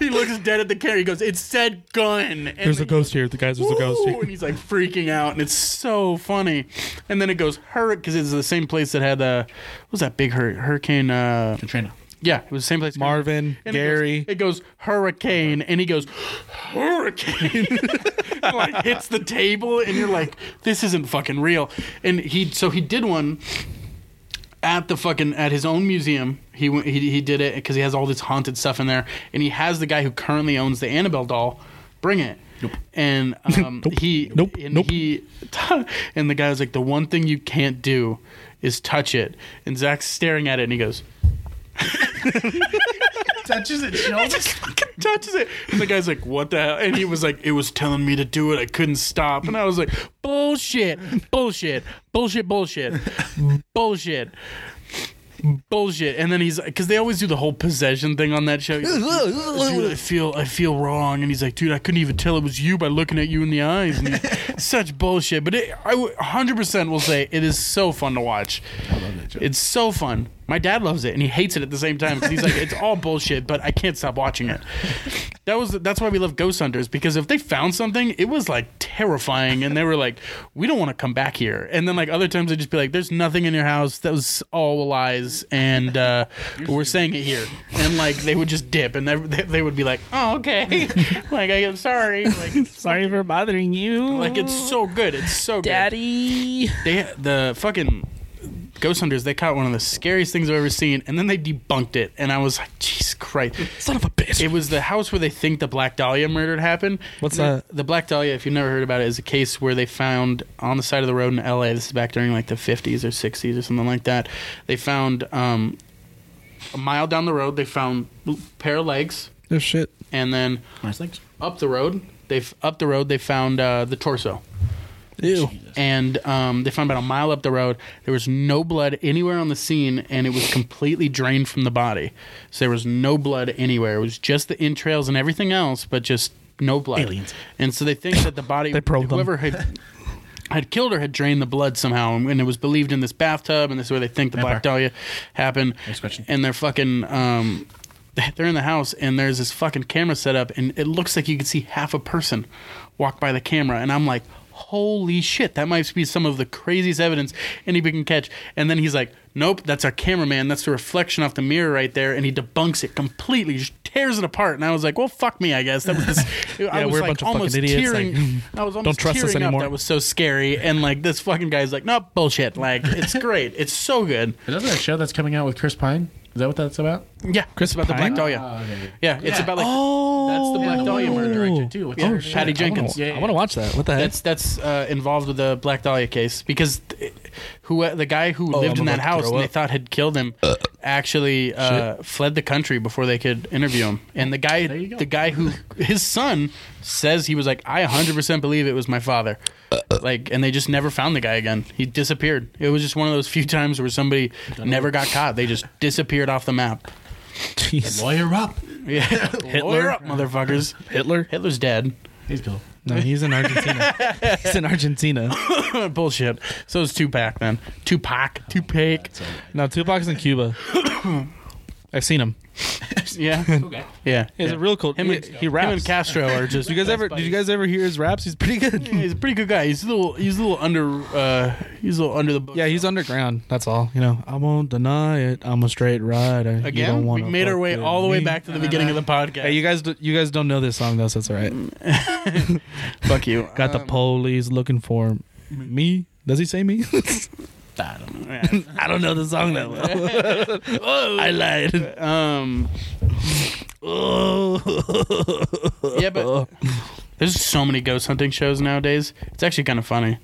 Speaker 2: he looks dead at the camera he goes it said gun and
Speaker 1: There's a
Speaker 2: like-
Speaker 1: ghost here. The guys, there's a ghost
Speaker 2: "Woo!"
Speaker 1: here.
Speaker 2: And he's like freaking out, and it's so funny. And then it goes hurricane because it's the same place that had the what was that big hur- hurricane? Uh,
Speaker 3: Katrina.
Speaker 2: yeah, it was the same place.
Speaker 1: Marvin,
Speaker 2: And it goes-
Speaker 1: Gary.
Speaker 2: It goes, hurricane, and he goes hurricane. like hits the table, and you're like, this isn't fucking real. And he so he did one at the fucking at his own museum. He went, he he did it because he has all this haunted stuff in there, and he has the guy who currently owns the Annabelle doll bring it. And um,
Speaker 1: Nope.
Speaker 2: he
Speaker 1: Nope.
Speaker 2: and
Speaker 1: Nope.
Speaker 2: he and the guy was like, the one thing you can't do is touch it. And Zach's staring at it, and he goes.
Speaker 3: Touches it,
Speaker 2: He just fucking touches it. And the guy's like, what the hell? And he was like, it was telling me to do it. I couldn't stop. And I was like, bullshit, bullshit, bullshit, bullshit, bullshit. Bullshit, and then he's because they always do the whole possession thing on that show. He's like, dude, I feel I feel wrong, and he's like, dude, I couldn't even tell it was you by looking at you in the eyes. And he- such bullshit, but it, I hundred percent will say it is so fun to watch. It's so fun. My dad loves it, and he hates it at the same time. 'cause He's like, it's all bullshit, but I can't stop watching it. That was that's why we love Ghost Hunters because if they found something, it was like terrifying, and they were like, we don't want to come back here. And then like other times, they'd just be like, there's nothing in your house. That was all lies, and uh, we're saying it here. And like they would just dip, and they, they, they would be like, oh okay, like I'm sorry, like it's-
Speaker 1: Sorry for bothering you.
Speaker 2: like it's so good, it's so good
Speaker 1: daddy.
Speaker 2: they the fucking ghost hunters they caught one of the scariest things i've ever seen and then they debunked it and i was like jesus christ
Speaker 1: Son of a bitch.
Speaker 2: it was the house where they think the black dahlia murder happened
Speaker 1: What's
Speaker 2: And
Speaker 1: that?
Speaker 2: the, the black dahlia if you've never heard about it is a case where they found on the side of the road in la this is back during like the 50s or 60s or something like that they found um a mile down the road they found a pair of legs
Speaker 1: Oh shit.
Speaker 2: and then
Speaker 3: Nice legs.
Speaker 2: up the road they've up the road they found uh, the torso
Speaker 1: Ew.
Speaker 2: and um, they found about a mile up the road. There was no blood anywhere on the scene, and it was completely drained from the body. So there was no blood anywhere. It was just the entrails and everything else, but just no blood.
Speaker 4: Aliens.
Speaker 2: And so they think that the body,
Speaker 1: They probed them.
Speaker 2: whoever had had killed her, had drained the blood somehow, and, and it was believed in this bathtub, and this is where they think the Black Dahlia happened.
Speaker 3: Next question.
Speaker 2: And they're fucking. Um, they're in the house and there's this fucking camera set up and it looks like you can see half a person walk by the camera and I'm like holy shit that might be some of the craziest evidence anybody can catch and then he's like nope that's our cameraman that's the reflection off the mirror right there and he debunks it completely just tears it apart and I was like well fuck me I guess that was this, I
Speaker 1: Yeah,
Speaker 2: was
Speaker 1: we're a
Speaker 2: like
Speaker 1: bunch of fucking
Speaker 2: almost
Speaker 1: idiots,
Speaker 2: tearing
Speaker 1: like, hmm,
Speaker 2: I was
Speaker 1: don't
Speaker 2: almost
Speaker 1: trust us
Speaker 2: tearing up
Speaker 1: anymore.
Speaker 2: that was so scary and like this fucking guy's like nope bullshit like it's great it's so good
Speaker 3: Is that a show that's coming out with Chris Pine? Is that what that's about?
Speaker 2: yeah
Speaker 1: Chris
Speaker 2: it's about the
Speaker 1: Pine? Oh.
Speaker 2: Black Dahlia yeah, it's about like that's the Black Dahlia murder
Speaker 3: director, too. It's
Speaker 2: Yeah,
Speaker 3: shit.
Speaker 2: Patty Jenkins.
Speaker 3: Yeah, yeah,
Speaker 1: I want to watch that. What the heck?
Speaker 2: That's that's uh, involved with the Black Dahlia case because th- who uh, the guy who lived
Speaker 1: Oh, I'm
Speaker 2: in that
Speaker 1: about to
Speaker 2: house
Speaker 1: throw
Speaker 2: and they
Speaker 1: up.
Speaker 2: thought had killed him actually uh, fled the country before they could interview him. And the guy,
Speaker 3: you go.
Speaker 2: the guy who his son says he was like, I 100 percent believe it was my father. Like, and they just never found the guy again. He disappeared. It was just one of those few times where somebody never got caught. They just disappeared off the map.
Speaker 1: Jeez.
Speaker 3: Lawyer up.
Speaker 2: Yeah, Hitler, up, motherfuckers.
Speaker 1: Hitler?
Speaker 2: Hitler's dead.
Speaker 3: He's cool.
Speaker 1: No, he's in Argentina. he's in Argentina.
Speaker 2: Bullshit. So it's Tupac then.
Speaker 1: Oh,
Speaker 2: Tupac. Tupac.
Speaker 1: No, Tupac's in Cuba. I've seen him.
Speaker 2: Yeah.
Speaker 3: Okay.
Speaker 2: Yeah.
Speaker 1: He's a real cool.
Speaker 2: Him
Speaker 1: he,
Speaker 2: and,
Speaker 1: he
Speaker 2: him
Speaker 1: raps.
Speaker 2: and Castro are just.
Speaker 1: did you guys ever? Did you guys ever hear his raps? He's pretty good.
Speaker 2: He's a pretty good guy. He's a little. He's a little under. Uh, he's a little under the book.
Speaker 1: Yeah, he's underground. That's all. You know, I won't deny it. I'm a straight rider. You
Speaker 2: Again,
Speaker 1: don't
Speaker 2: we
Speaker 1: wanna
Speaker 2: made our
Speaker 1: fuck
Speaker 2: way
Speaker 1: with
Speaker 2: all the way
Speaker 1: me.
Speaker 2: back to the beginning of the podcast.
Speaker 1: Hey, you guys, do, you guys don't know this song though, so it's all right.
Speaker 2: fuck you.
Speaker 1: Got the police looking for me. Does he say me?
Speaker 3: I don't know.
Speaker 1: I don't know the song that well. I lied.
Speaker 2: Um, yeah, but there's so many ghost hunting shows nowadays. It's actually kind of funny.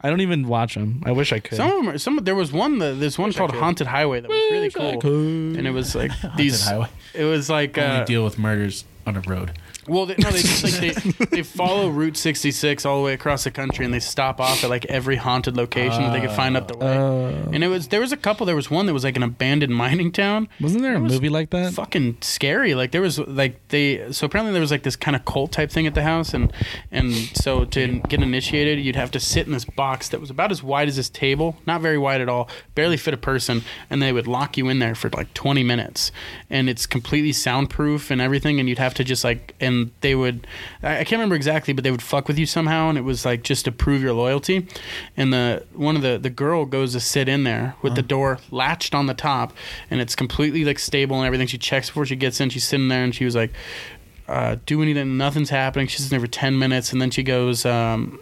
Speaker 1: I don't even watch them. I wish I could.
Speaker 2: Some of them, are, some there was one that this one called Haunted Highway that was really cool, and it was like these.
Speaker 3: highway.
Speaker 2: It was like
Speaker 3: Only
Speaker 2: uh,
Speaker 3: deal with murders on a road.
Speaker 2: well, they, no, they just like they, they follow Route 66 all the way across the country, and they stop off at like every haunted location that they could find up the way.
Speaker 1: Uh,
Speaker 2: and it was there was a couple. There was one that was like an abandoned mining town.
Speaker 1: wasn't there a
Speaker 2: It was
Speaker 1: movie like that?
Speaker 2: fucking scary. Like there was like they so apparently there was like this kind of cult type thing at the house and and so to get initiated you'd have to sit in this box that was about as wide as this table, not very wide at all, barely fit a person, and they would lock you in there for like 20 minutes. And it's completely soundproof and everything and you'd have to just like and they would I, I can't remember exactly, but they would fuck with you somehow and it was like just to prove your loyalty. And the one of the the girl goes to sit in there with the door latched on the top and it's completely like stable and everything. She checks before she gets in. She's sitting there and she was like, uh, do anything. Nothing's happening. She's in there for 10 minutes and then she goes, um,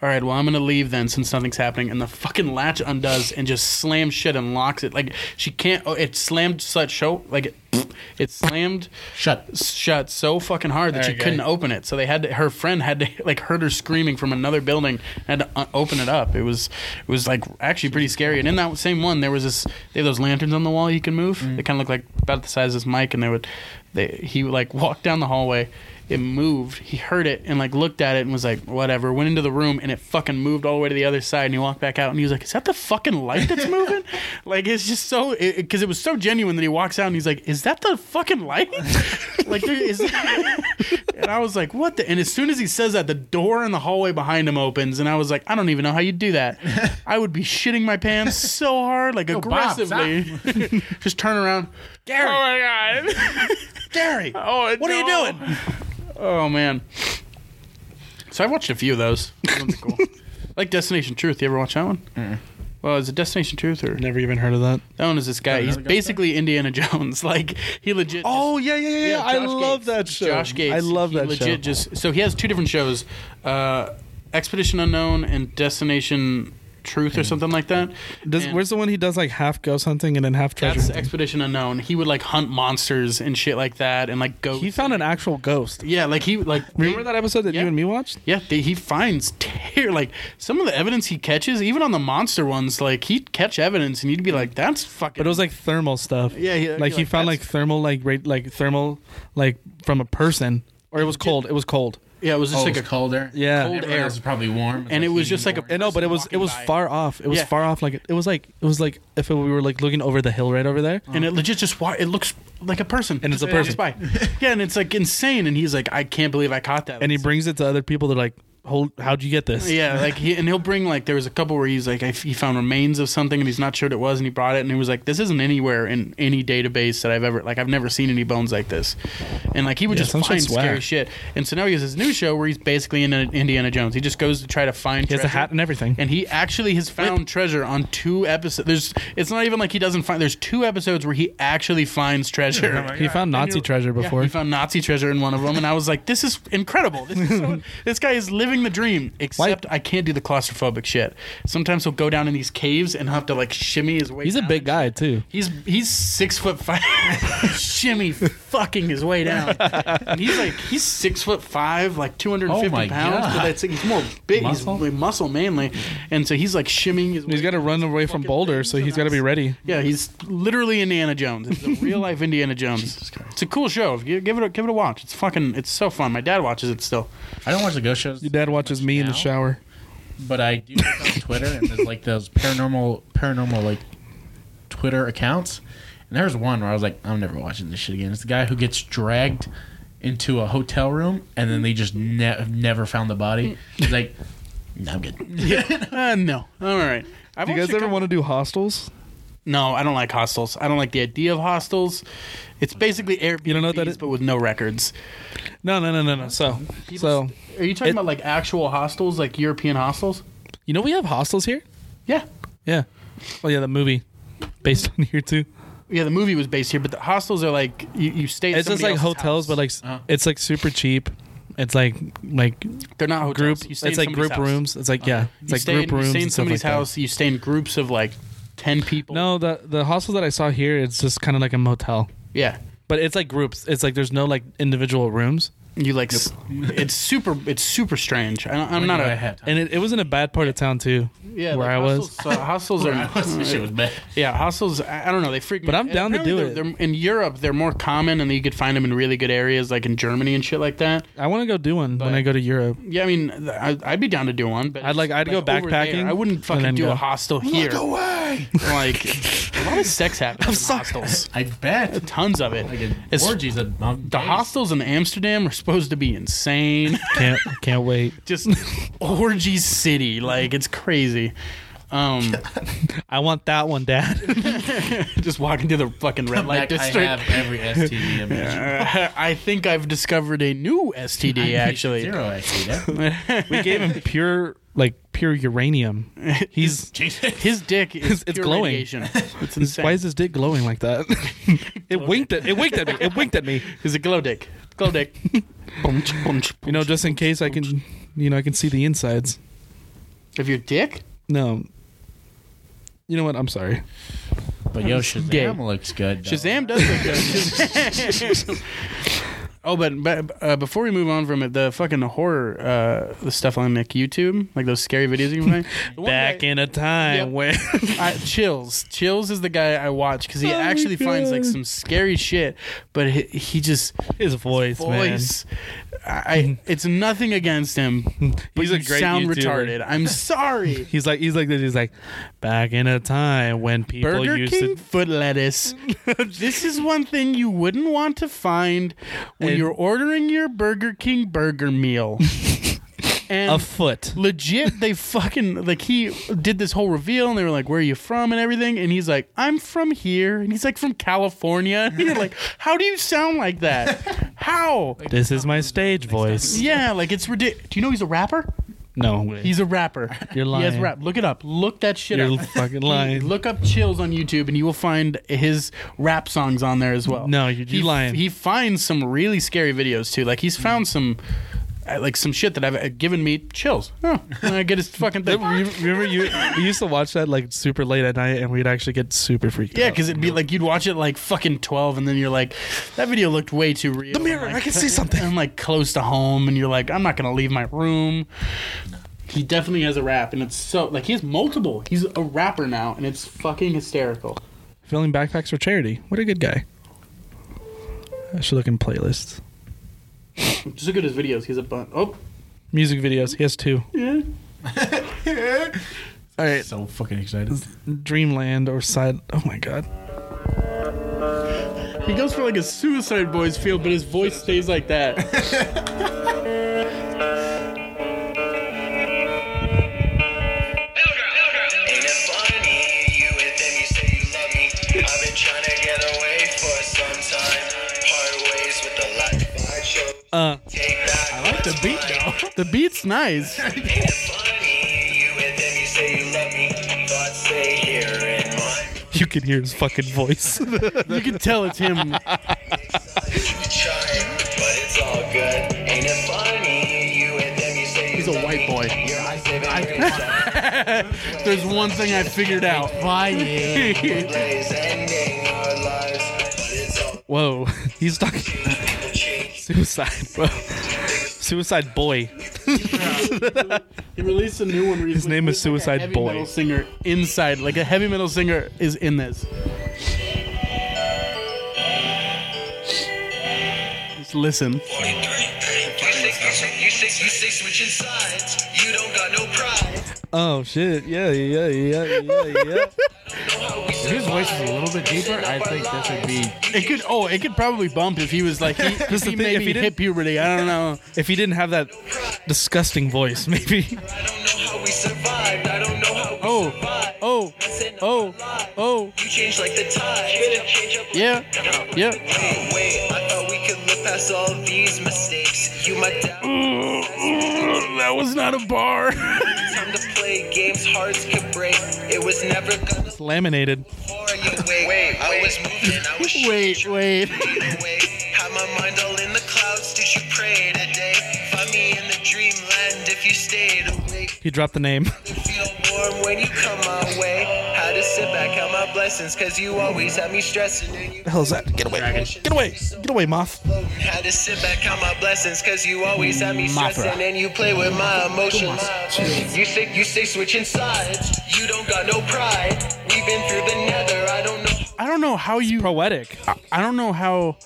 Speaker 2: all right, well, I'm going to leave then since nothing's happening. And the fucking latch undoes and just slams shit and locks it. Like, she can't. Oh, it slammed such show. Like, it, it slammed
Speaker 3: Shut.
Speaker 2: shut so fucking hard that
Speaker 3: There
Speaker 2: she
Speaker 3: you go.
Speaker 2: couldn't open it. So they had to, her friend had to like heard her screaming from another building and had to uh, open it up. It was it was like actually pretty scary. And in that same one, there was this they have those lanterns on the wall you can move. They kind of look like about the size of this mic, and they would they he would, like walked down the hallway. It moved. He heard it and like looked at it and was like, whatever. Went into the room and it fucking moved all the way to the other side. And he walked back out and he was like, is that the fucking light that's moving? like it's just so because it, was so genuine that he walks out and he's like, is that the fucking light? like there is. and I was like, what the? And as soon as he says that, the door in the hallway behind him opens and I was like, I don't even know how you do that. I would be shitting my pants so hard, like
Speaker 3: Bob, stop.
Speaker 2: aggressively. just turn around. Gary. Oh my god.
Speaker 3: Gary!
Speaker 2: Oh, what
Speaker 3: no.
Speaker 2: are you doing? Oh man. So I've watched a few of those. Those ones are cool. like Destination Truth. You ever watch that one? Well, is it Destination Truth or
Speaker 1: Never even heard of that.
Speaker 2: that one is this guy? He's
Speaker 3: another guy
Speaker 2: basically Indiana Jones. Like he legit.
Speaker 1: Oh yeah, yeah, yeah. yeah. I
Speaker 2: Josh
Speaker 1: love
Speaker 2: Gates.
Speaker 1: that show.
Speaker 2: Josh Gates.
Speaker 1: I love
Speaker 2: he
Speaker 1: that
Speaker 2: legit
Speaker 1: show.
Speaker 2: Just so he has two different shows, uh, Expedition Unknown and Destination Truth or something like that.
Speaker 1: Does,
Speaker 2: And-
Speaker 1: where's the one he does like half ghost hunting and then half treasure?
Speaker 2: that's
Speaker 1: hunting?
Speaker 2: Expedition Unknown. He would like hunt monsters and shit like that, and like go.
Speaker 1: he found an actual ghost.
Speaker 2: Yeah, like he like
Speaker 1: Remember that episode that
Speaker 2: Yeah.
Speaker 1: you and me watched?
Speaker 2: Yeah, they, he finds tear like some of the evidence he catches, even on the monster ones. Like he'd catch evidence, and you'd be like, "That's fucking."
Speaker 1: But it was like thermal stuff.
Speaker 2: Yeah, yeah,
Speaker 1: Like he
Speaker 2: like,
Speaker 1: found like
Speaker 2: that's-
Speaker 1: thermal, like rate, like thermal, like from a person, or it was cold. It was cold.
Speaker 2: yeah, it was just
Speaker 3: Oh,
Speaker 2: like
Speaker 3: it's
Speaker 2: a
Speaker 3: colder.
Speaker 1: Yeah.
Speaker 2: Cold
Speaker 3: Everyone
Speaker 2: air.
Speaker 3: else is probably warm. It's
Speaker 2: And it was just
Speaker 3: heating
Speaker 2: like a-
Speaker 1: I
Speaker 3: more.
Speaker 1: know, but it was
Speaker 2: Walking
Speaker 1: it was
Speaker 2: by.
Speaker 1: far off. It was
Speaker 2: Yeah.
Speaker 1: far off. Like it was like it was like if we were like looking over the hill right over there.
Speaker 2: and it legit just wa- it looks like a person,
Speaker 1: And it's a
Speaker 2: Just walks by. yeah, and it's like insane. And he's like, "I can't believe I caught that."
Speaker 1: And he brings it to other people. They're like, "Hold, how'd you get this?"
Speaker 2: Yeah, like he and he'll bring like there was a couple where he's like I f he found remains of something and he's not sure what it was and he brought it and he was like this isn't anywhere in any database that I've ever like I've never seen any bones like this, and like he would
Speaker 1: Yeah,
Speaker 2: just
Speaker 1: some
Speaker 2: find
Speaker 1: shit's
Speaker 2: scary
Speaker 1: whack.
Speaker 2: shit. And so now he has his new show where he's basically in Indiana Jones. He just goes to try to find.
Speaker 1: He has a
Speaker 2: treasure.
Speaker 1: hat and everything.
Speaker 2: And he actually has found treasure on two episodes. There's, it's not even like he doesn't find. There's two episodes where he actually finds treasure.
Speaker 1: he found Nazi treasure
Speaker 2: Yeah,
Speaker 1: before.
Speaker 2: he found Nazi treasure in one of them, and I was like, "This is incredible! This, is so, this guy is living the dream." Except I can't do the claustrophobic shit. Sometimes he'll go down in these caves and have to like shimmy his way.
Speaker 1: He's a
Speaker 2: down.
Speaker 1: big guy too.
Speaker 2: He's he's six foot five. shimmy, fucking his way down. And he's like he's six foot five, like two hundred and
Speaker 3: Oh
Speaker 2: fifty
Speaker 3: my
Speaker 2: pounds. But
Speaker 3: God.
Speaker 2: that's he's more big.
Speaker 3: Muscle?
Speaker 2: He's like, muscle mainly, and so he's like shimmying his. way
Speaker 1: He's got to
Speaker 2: down
Speaker 1: run
Speaker 2: these
Speaker 1: away from
Speaker 2: fucking
Speaker 1: Boulder,
Speaker 2: things,
Speaker 1: so
Speaker 2: and
Speaker 1: he's got to
Speaker 2: I
Speaker 1: be
Speaker 2: was-
Speaker 1: ready.
Speaker 2: yeah, he's literally Indiana Jones. It's a real life Indiana Jones. It's a cool show. If you- Give it a, give it a watch. It's fucking it's so fun. My dad watches it still.
Speaker 3: I don't watch the ghost shows.
Speaker 1: Your dad watches me in the
Speaker 3: now?
Speaker 1: shower.
Speaker 3: but I do look on Twitter and there's like those paranormal paranormal like Twitter accounts. And there's one where I was like, I'm never watching this shit again. It's the guy who gets dragged into a hotel room and then they just ne- never found the body. He's like, no, I'm good.
Speaker 2: Uh, no, all right. I've
Speaker 1: Do you guys ever want to do hostels?
Speaker 2: No, I don't like hostels. I don't like the idea of hostels. It's basically Airbnb,
Speaker 1: You don't know what that is?
Speaker 2: but with no records.
Speaker 1: No, no, no, no, no. So, so
Speaker 2: People- are you talking
Speaker 1: It-
Speaker 2: about like actual hostels, like European hostels?
Speaker 1: you know we have hostels here.
Speaker 2: Yeah,
Speaker 1: Yeah. Oh yeah, the movie based on here too.
Speaker 2: yeah. The movie was based here, but the hostels are like you, you stay. At
Speaker 1: It's just
Speaker 2: somebody
Speaker 1: like
Speaker 2: else's
Speaker 1: hotels,
Speaker 2: house.
Speaker 1: but like s
Speaker 3: Uh-huh.
Speaker 1: it's like super cheap. It's like like
Speaker 2: They're not hotels.
Speaker 1: group.
Speaker 2: You
Speaker 1: It's
Speaker 2: stay in
Speaker 1: like
Speaker 2: somebody's
Speaker 1: group
Speaker 2: house.
Speaker 1: rooms. It's like yeah. It's
Speaker 2: you
Speaker 1: like
Speaker 2: stay
Speaker 1: group
Speaker 2: in,
Speaker 1: rooms.
Speaker 2: You stay in
Speaker 1: and stuff
Speaker 2: somebody's
Speaker 1: like that.
Speaker 2: house. You stay in groups of like ten people.
Speaker 1: No, the the hostel that I saw here, it's just kind of like a motel,
Speaker 2: Yeah.
Speaker 1: but it's like groups. It's like there's no like individual rooms,
Speaker 2: You like. s It's super. It's super strange. I, don't- I'm not a.
Speaker 3: hat.
Speaker 1: and it, it was in a bad part of town too,
Speaker 2: Yeah,
Speaker 1: where
Speaker 2: like
Speaker 1: I was.
Speaker 2: hostels- uh, hostels are.
Speaker 3: Shit was bad.
Speaker 2: Yeah, hostels. I, I don't know. They freak me.
Speaker 1: But I'm down to
Speaker 2: Apparently
Speaker 1: do
Speaker 2: they're-
Speaker 1: it.
Speaker 2: They're, in Europe, they're more common, and you could find them in really good areas, like in Germany and shit like that.
Speaker 1: I want to go do one when
Speaker 2: But-
Speaker 1: I go to Europe.
Speaker 2: Yeah, I mean, th- I, I'd be down to do one, but
Speaker 1: I'd like- I'd go
Speaker 2: over there,
Speaker 1: backpacking
Speaker 2: I
Speaker 1: and
Speaker 2: wouldn't
Speaker 1: then
Speaker 2: fucking do
Speaker 1: go.
Speaker 2: a hostel here.
Speaker 3: away.
Speaker 2: Like a lot of sex happens in hostels.
Speaker 3: I bet.
Speaker 2: Tons of it.
Speaker 3: Like a
Speaker 2: It's-
Speaker 3: orgies at
Speaker 2: the hostels in Amsterdam are supposed to be insane.
Speaker 1: Can't can't wait.
Speaker 2: Just orgy city. Like it's crazy. Um,
Speaker 1: I want that one, Dad.
Speaker 2: just walking to the fucking red light
Speaker 3: Like I
Speaker 2: district.
Speaker 3: have every STD imaginable.
Speaker 2: Uh, I think I've discovered a new STD actually.
Speaker 3: Zero STD.
Speaker 1: we gave him pure like pure uranium. He's
Speaker 3: Jesus.
Speaker 2: His dick is
Speaker 1: It's
Speaker 2: pure
Speaker 1: glowing.
Speaker 2: radiation. It's insane.
Speaker 1: why is his dick glowing like that? it winked at it winked at me. It winked at me.
Speaker 2: He's a glow dick. Glow dick. Bunch, bunch,
Speaker 1: You know,
Speaker 2: bunch.
Speaker 1: just in case I can, you know, I can see the insides.
Speaker 2: of your dick.
Speaker 1: No. You know what? I'm sorry.
Speaker 3: But yo,
Speaker 2: Gay.
Speaker 3: Shazam looks good. though.
Speaker 2: Shazam does look good. Shazam- oh, but, but uh, before we move on from it, the fucking horror, uh, the stuff on like YouTube, like those scary videos you can find. The one guy-
Speaker 1: in a time
Speaker 2: Yep.
Speaker 1: when
Speaker 2: I, Chills. Chills is the guy I watch because he
Speaker 1: Oh my
Speaker 2: actually finds like
Speaker 1: God.
Speaker 2: some scary shit, but he, he just
Speaker 1: his voice,
Speaker 2: voice. I, it's nothing against him. But
Speaker 1: He's a
Speaker 2: you
Speaker 1: great
Speaker 2: sound
Speaker 1: YouTuber.
Speaker 2: retarded. I'm sorry.
Speaker 1: He's like he's like this. He's like back in a time when people
Speaker 2: Burger
Speaker 1: used
Speaker 2: King
Speaker 1: to.
Speaker 2: foot lettuce. this is one thing you wouldn't want to find when
Speaker 1: And-
Speaker 2: you're ordering your Burger King burger meal. and
Speaker 1: A foot.
Speaker 2: legit, they fucking like he did this whole reveal, and they were like, "Where are you from?" and everything, and he's like, "I'm from here," and he's like, "From California," and you're like, "How do you sound like that? How?"
Speaker 1: This is my stage voice.
Speaker 2: Yeah, like it's ridiculous. Do you know he's a rapper?
Speaker 1: No, way.
Speaker 2: He's a rapper.
Speaker 1: You're
Speaker 2: He has
Speaker 1: lying.
Speaker 2: rap. Look it up. Look that shit
Speaker 1: you're
Speaker 2: up.
Speaker 1: fucking
Speaker 2: Hey,
Speaker 1: lying.
Speaker 2: Look up Chills on YouTube, and you will find his rap songs on there as well.
Speaker 1: No, you're-
Speaker 2: He-
Speaker 1: you're lying.
Speaker 2: He finds some really scary videos too. Like he's found some, uh, like some shit that I've uh, given me chills. Oh, and I get his fucking thing.
Speaker 1: Remember remember you? We used to watch that like super late at night, and we'd actually get super freaked
Speaker 2: Yeah,
Speaker 1: out.
Speaker 2: because it'd be like you'd watch it like fucking twelve, and then you're like, that video looked way too real.
Speaker 1: the mirror,
Speaker 2: I'm
Speaker 1: I
Speaker 2: like,
Speaker 1: can see something.
Speaker 2: I'm like close to home, and you're like, I'm not gonna leave my room. He definitely has a rap, and it's so like he has multiple. He's a rapper now, and it's fucking hysterical.
Speaker 1: Filling backpacks for charity. What a good guy. I should look in playlists,
Speaker 2: Just look at his videos. He's a bun. Oh,
Speaker 1: music videos. He has two.
Speaker 2: yeah.
Speaker 1: All right,
Speaker 3: So fucking excited.
Speaker 1: Dreamland or side. Oh my god.
Speaker 2: He goes for like a Suicide Boys feel, but his voice stays like that.
Speaker 5: Ain't it funny? You with them, you say you love me. I've been trying to get away for some time. Part ways with the life I chose.
Speaker 1: Uh,
Speaker 5: Take back. I like the beat though.
Speaker 2: the beat's nice.
Speaker 5: Ain't it funny? You with them, you say you love me. Thoughts stay here in mine.
Speaker 1: you can hear his fucking voice.
Speaker 2: You can tell it's him.
Speaker 5: You trying, but it's all good. Ain't it funny? You with them, you say you
Speaker 2: He's a
Speaker 5: love
Speaker 2: white
Speaker 5: me.
Speaker 2: boy.
Speaker 5: Your eyes, they've been raised up.
Speaker 2: There's one thing I figured out. Why?
Speaker 5: Days ending our lives, but it's all
Speaker 1: Whoa, he's talking
Speaker 5: people change.
Speaker 1: suicide. Whoa. Suicide boy.
Speaker 2: he released a new one recently.
Speaker 1: His name is
Speaker 2: He's like a
Speaker 1: Suicide
Speaker 2: heavy
Speaker 1: Boy.
Speaker 2: Metal singer inside, like a heavy metal singer is in this. Just listen.
Speaker 5: You say, you say switching sides. You don't got no pride.
Speaker 1: Oh shit! Yeah, yeah, yeah, yeah, yeah.
Speaker 3: If his voice is a little bit deeper, I think this would be.
Speaker 2: It could oh, it could probably bump if he was like he, if
Speaker 1: the
Speaker 2: he
Speaker 1: thing,
Speaker 2: maybe
Speaker 1: if he didn't-
Speaker 2: hit puberty. I don't know.
Speaker 1: if he didn't have that disgusting voice, maybe.
Speaker 5: I don't know how we survived. I don't know how we
Speaker 2: Oh,
Speaker 5: survived.
Speaker 2: oh, oh, oh.
Speaker 5: You changed like the tide.
Speaker 2: Yeah, yeah.
Speaker 5: Wait, I thought we could look past all these mistakes. You might doubt.
Speaker 2: That was not a bar.
Speaker 5: Time to play games hearts could break. It was never gonna
Speaker 1: It's laminated.
Speaker 5: pour you. Wait, wait, I was moving. I was
Speaker 2: wait, wait.
Speaker 5: away. Had my mind all in the clouds. Did you pray today? if you stayed awake.
Speaker 1: He dropped the name.
Speaker 5: Feel warm when you come my way. How to sit back, count my blessings, cause you always have me stressing. And you
Speaker 1: The hell is that? Get away! Get away! Get away, moth!
Speaker 5: floating. How to sit back, count my blessings, cause you always have me stressing. And you play with my emotions. You say, you say switching sides. You don't got no pride. We've been through the nether, I don't know.
Speaker 2: I don't know how you.
Speaker 1: Poetic.
Speaker 2: I don't know how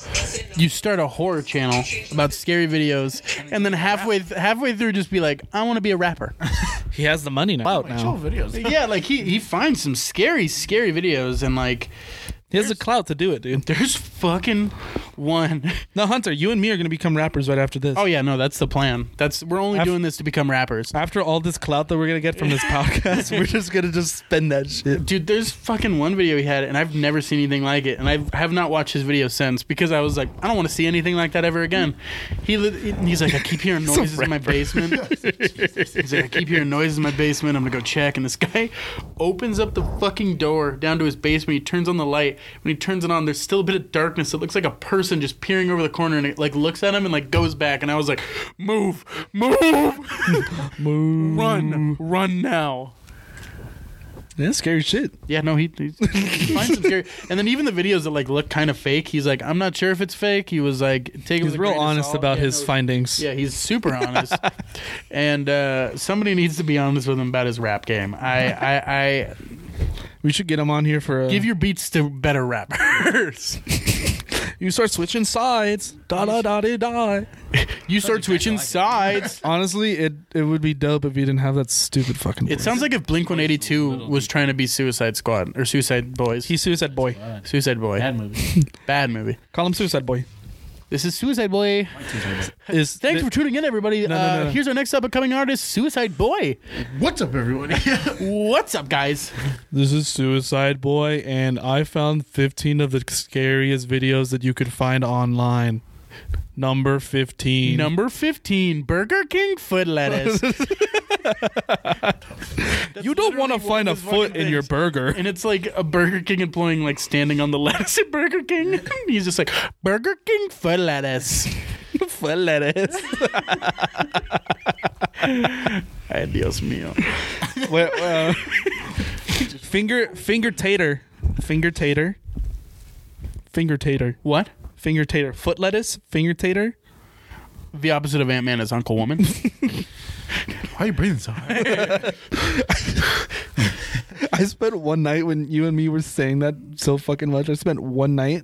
Speaker 2: you start a horror channel about scary videos and then halfway halfway through just be like, I want to be a rapper.
Speaker 1: He has the money now.
Speaker 3: Like, chill videos.
Speaker 2: yeah, like he he finds some scary scary videos and like
Speaker 1: He has the clout to do it, dude.
Speaker 2: there's fucking one.
Speaker 1: No, Hunter, you and me are gonna become rappers right after this.
Speaker 2: Oh yeah, no, that's the plan. That's we're only doing this to become rappers.
Speaker 1: After all this clout that we're gonna get from this podcast, we're just gonna just spend that shit.
Speaker 2: Dude, there's fucking one video he had, and I've never seen anything like it, and I have not watched his video since because I was like, I don't want to see anything like that ever again. He li- he's like, I keep hearing noises in my basement. he's like, I keep hearing noises in my basement. I'm gonna go check, and this guy opens up the fucking door down to his basement. He turns on the light. When he turns it on, there's still a bit of darkness. It looks like a person just peering over the corner, and it like looks at him and like goes back. And I was like, move, move,
Speaker 1: Move.
Speaker 2: run, run now.
Speaker 1: That's scary shit.
Speaker 2: Yeah, no, he, he's, he finds some scary. And then even the videos that like look kind of fake, he's like, I'm not sure if it's fake. He was like, taking.
Speaker 1: He's real honest about his findings.
Speaker 2: Yeah, he's super honest. and uh, somebody needs to be honest with him about his rap game. I, I, I
Speaker 1: We should get him on here for a.
Speaker 2: give your beats to better rappers.
Speaker 1: you start switching sides. Da da da da da.
Speaker 2: you start switching sides.
Speaker 1: Honestly, it it would be dope if you didn't have that stupid fucking.
Speaker 2: It
Speaker 1: voice.
Speaker 2: sounds like if Blink 182 was trying to be Suicide Squad or Suicide Boys.
Speaker 1: He's Suicide Boy.
Speaker 2: Suicide Boy.
Speaker 3: Bad movie.
Speaker 2: Bad movie.
Speaker 1: Call him Suicide Boy.
Speaker 2: This is Suicide Boy.
Speaker 1: Is
Speaker 2: Thanks for tuning in, everybody.
Speaker 1: no,
Speaker 2: uh,
Speaker 1: no.
Speaker 2: Here's our next up and coming artist, Suicide Boy.
Speaker 3: What's up, everybody?
Speaker 2: What's up, guys?
Speaker 1: This is Suicide Boy, and I found 15 of the scariest videos that you could find online. Number 15.
Speaker 2: Number 15, Burger King foot lettuce.
Speaker 1: you don't want to
Speaker 2: literally
Speaker 1: find
Speaker 2: one
Speaker 1: a
Speaker 2: of his fucking
Speaker 1: foot in your
Speaker 2: things.
Speaker 1: burger.
Speaker 2: and it's like a Burger King employing, like, standing on the lettuce at Burger King. He's just like, Burger King foot lettuce.
Speaker 1: foot lettuce.
Speaker 2: Ay, Dios mío.
Speaker 1: uh, finger, finger tater. Finger tater. Finger tater.
Speaker 2: What?
Speaker 1: Finger tater. Foot lettuce. Finger tater.
Speaker 2: The opposite of Ant Man is Uncle Woman.
Speaker 3: Why are you breathing so hard?
Speaker 1: I spent one night when you and me were saying that so fucking much. I spent one night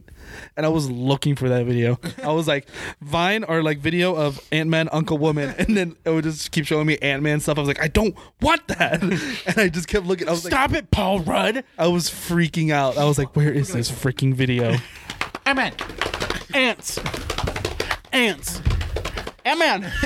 Speaker 1: and I was looking for that video. I was like, Vine or like video of Ant Man, Uncle Woman. And then it would just keep showing me Ant Man stuff. I was like, I don't want that. And I just kept looking. I was like,
Speaker 2: Stop it, Paul Rudd.
Speaker 1: I was freaking out. I was like, where is this freaking video?
Speaker 3: I'm in.
Speaker 2: Ants. Ants. Ant Man.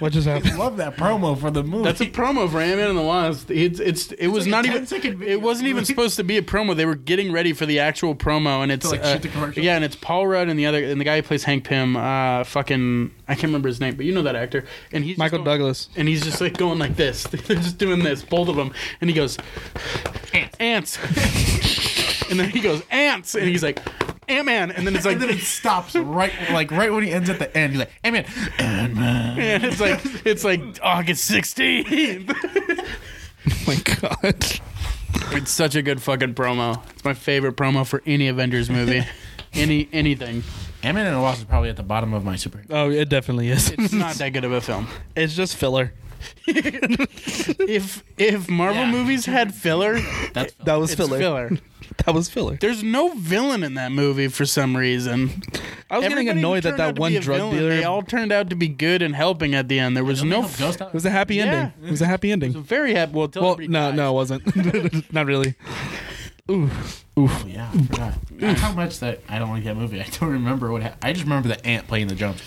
Speaker 1: What just happened?
Speaker 3: Love that promo for the movie.
Speaker 2: That's a promo for Ant Man and the Wasp. It's it's it was
Speaker 3: like a
Speaker 2: not
Speaker 3: 10-second
Speaker 2: even
Speaker 3: video.
Speaker 2: it wasn't even supposed to be a promo. They were getting ready for the actual promo, and it's
Speaker 3: To, like,
Speaker 2: uh,
Speaker 3: shoot the commercial?
Speaker 2: yeah, and it's Paul Rudd and the other and the guy who plays Hank Pym. Uh, fucking I can't remember his name, but you know that actor. And he's just
Speaker 1: Michael
Speaker 2: going-
Speaker 1: Douglas.
Speaker 2: and he's just like going like this. They're just doing this, both of them, and he goes ants, and then he goes ants, and he's like Ant Man, and then it's like
Speaker 3: and then it stops right, like right when he ends at the end. He's like, "Hey man, and man,
Speaker 2: and it's like it's like August sixteenth.
Speaker 1: Oh my God.
Speaker 2: It's such a good fucking promo. It's my favorite promo for any Avengers movie. any anything.
Speaker 3: Ant Man and the Wasp is probably at the bottom of my super.
Speaker 1: Oh, it definitely is.
Speaker 2: It's not that good of a film.
Speaker 1: It's just filler.
Speaker 2: If if Marvel
Speaker 3: Yeah.
Speaker 2: movies had filler,
Speaker 3: That's
Speaker 1: That was
Speaker 2: it's
Speaker 1: filler.
Speaker 2: filler.
Speaker 1: That was filler.
Speaker 2: There's no villain in that movie for some reason.
Speaker 1: I was getting
Speaker 2: Everybody
Speaker 1: annoyed
Speaker 2: turned
Speaker 1: that
Speaker 2: out
Speaker 1: that
Speaker 2: to
Speaker 1: one
Speaker 2: be a
Speaker 1: drug
Speaker 2: villain. They
Speaker 1: dealer.
Speaker 2: all turned out to be good and helping at the end. There was no
Speaker 3: no ghost.
Speaker 1: It was a happy ending. It was a happy ending.
Speaker 2: very happy. Well, till
Speaker 1: Well,
Speaker 2: everybody
Speaker 1: no,
Speaker 2: dies.
Speaker 1: no, it wasn't. Not really.
Speaker 3: Oh, yeah, I forgot. How much that I don't like that movie. I don't remember what. hap I just remember the ant playing the drums.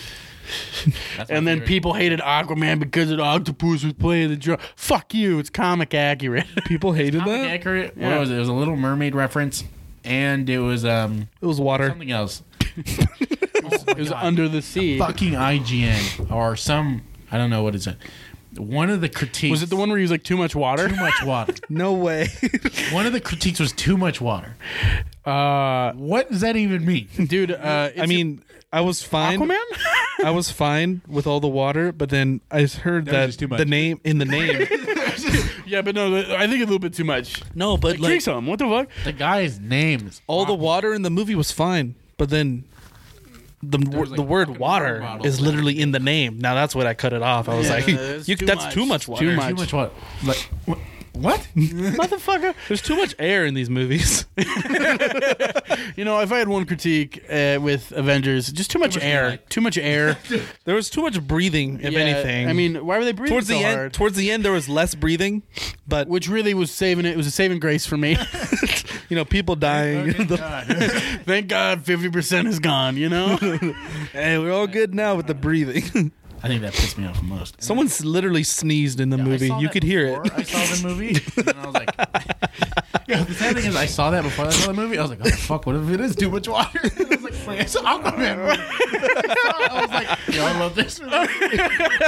Speaker 3: That's my
Speaker 2: And then
Speaker 3: favorite.
Speaker 2: people hated Aquaman because an octopus was playing the drum. Fuck you! It's comic accurate.
Speaker 1: People hated
Speaker 3: Comic
Speaker 1: that.
Speaker 3: accurate.
Speaker 2: Yeah.
Speaker 3: What was it? It was a Little Mermaid reference, and it was um
Speaker 1: It was water.
Speaker 3: something else. Oh
Speaker 2: it was under the sea.
Speaker 3: Fucking IGN or some I don't know what is it. One of the critiques
Speaker 2: Was it the one where he was like too much water?
Speaker 3: too much water?
Speaker 1: No way.
Speaker 3: one of the critiques was too much water.
Speaker 2: Uh,
Speaker 3: What does that even mean?
Speaker 2: dude. Uh,
Speaker 1: I mean, I was fine.
Speaker 2: Aquaman.
Speaker 1: I was fine with all the water, but then I heard
Speaker 6: was
Speaker 1: that,
Speaker 6: just too much.
Speaker 1: the name in the name.
Speaker 2: yeah, but no, I think a little bit too much.
Speaker 1: no, but
Speaker 2: Drink
Speaker 1: like
Speaker 2: some. What the fuck?
Speaker 3: The guy's name is
Speaker 1: all the water in the movie was fine, but then the wor-
Speaker 3: was, like,
Speaker 1: the word
Speaker 3: fucking water
Speaker 1: water
Speaker 3: bottles
Speaker 1: is literally in the name. Now that's what I cut it off. I was
Speaker 2: Yeah,
Speaker 1: like,
Speaker 2: that's
Speaker 1: you,
Speaker 2: too
Speaker 1: that's
Speaker 2: much.
Speaker 1: too much
Speaker 2: Too
Speaker 1: water.
Speaker 2: much.
Speaker 3: too much what? Like what? what?
Speaker 1: motherfucker. There's too much air in these movies.
Speaker 2: You know, if I had one critique uh, with Avengers, just too much air. Too much air.
Speaker 1: there was too much breathing, if
Speaker 2: Yeah,
Speaker 1: anything.
Speaker 2: I mean, why were they breathing
Speaker 1: towards
Speaker 2: so
Speaker 1: the
Speaker 2: hard?
Speaker 1: end, towards the end, there was less breathing, but
Speaker 2: Which really was saving it. It was a saving grace for me.
Speaker 1: you know, people dying. The-
Speaker 2: Thank God, fifty percent is gone. You know,
Speaker 1: hey, we're all good now with the breathing.
Speaker 3: I think that pissed me off the most. And
Speaker 1: Someone's literally sneezed in the
Speaker 3: I
Speaker 1: movie.
Speaker 3: saw
Speaker 1: You
Speaker 3: that
Speaker 1: could hear
Speaker 3: before
Speaker 1: it.
Speaker 3: I saw the movie, and I was like, "Yeah." The sad thing is, I saw that before I saw the movie. I was like, "Oh fuck, what if it is too much water?" I was like, "Wait, "It's an Aquaman." movie." I was like, "Yo, I love this movie."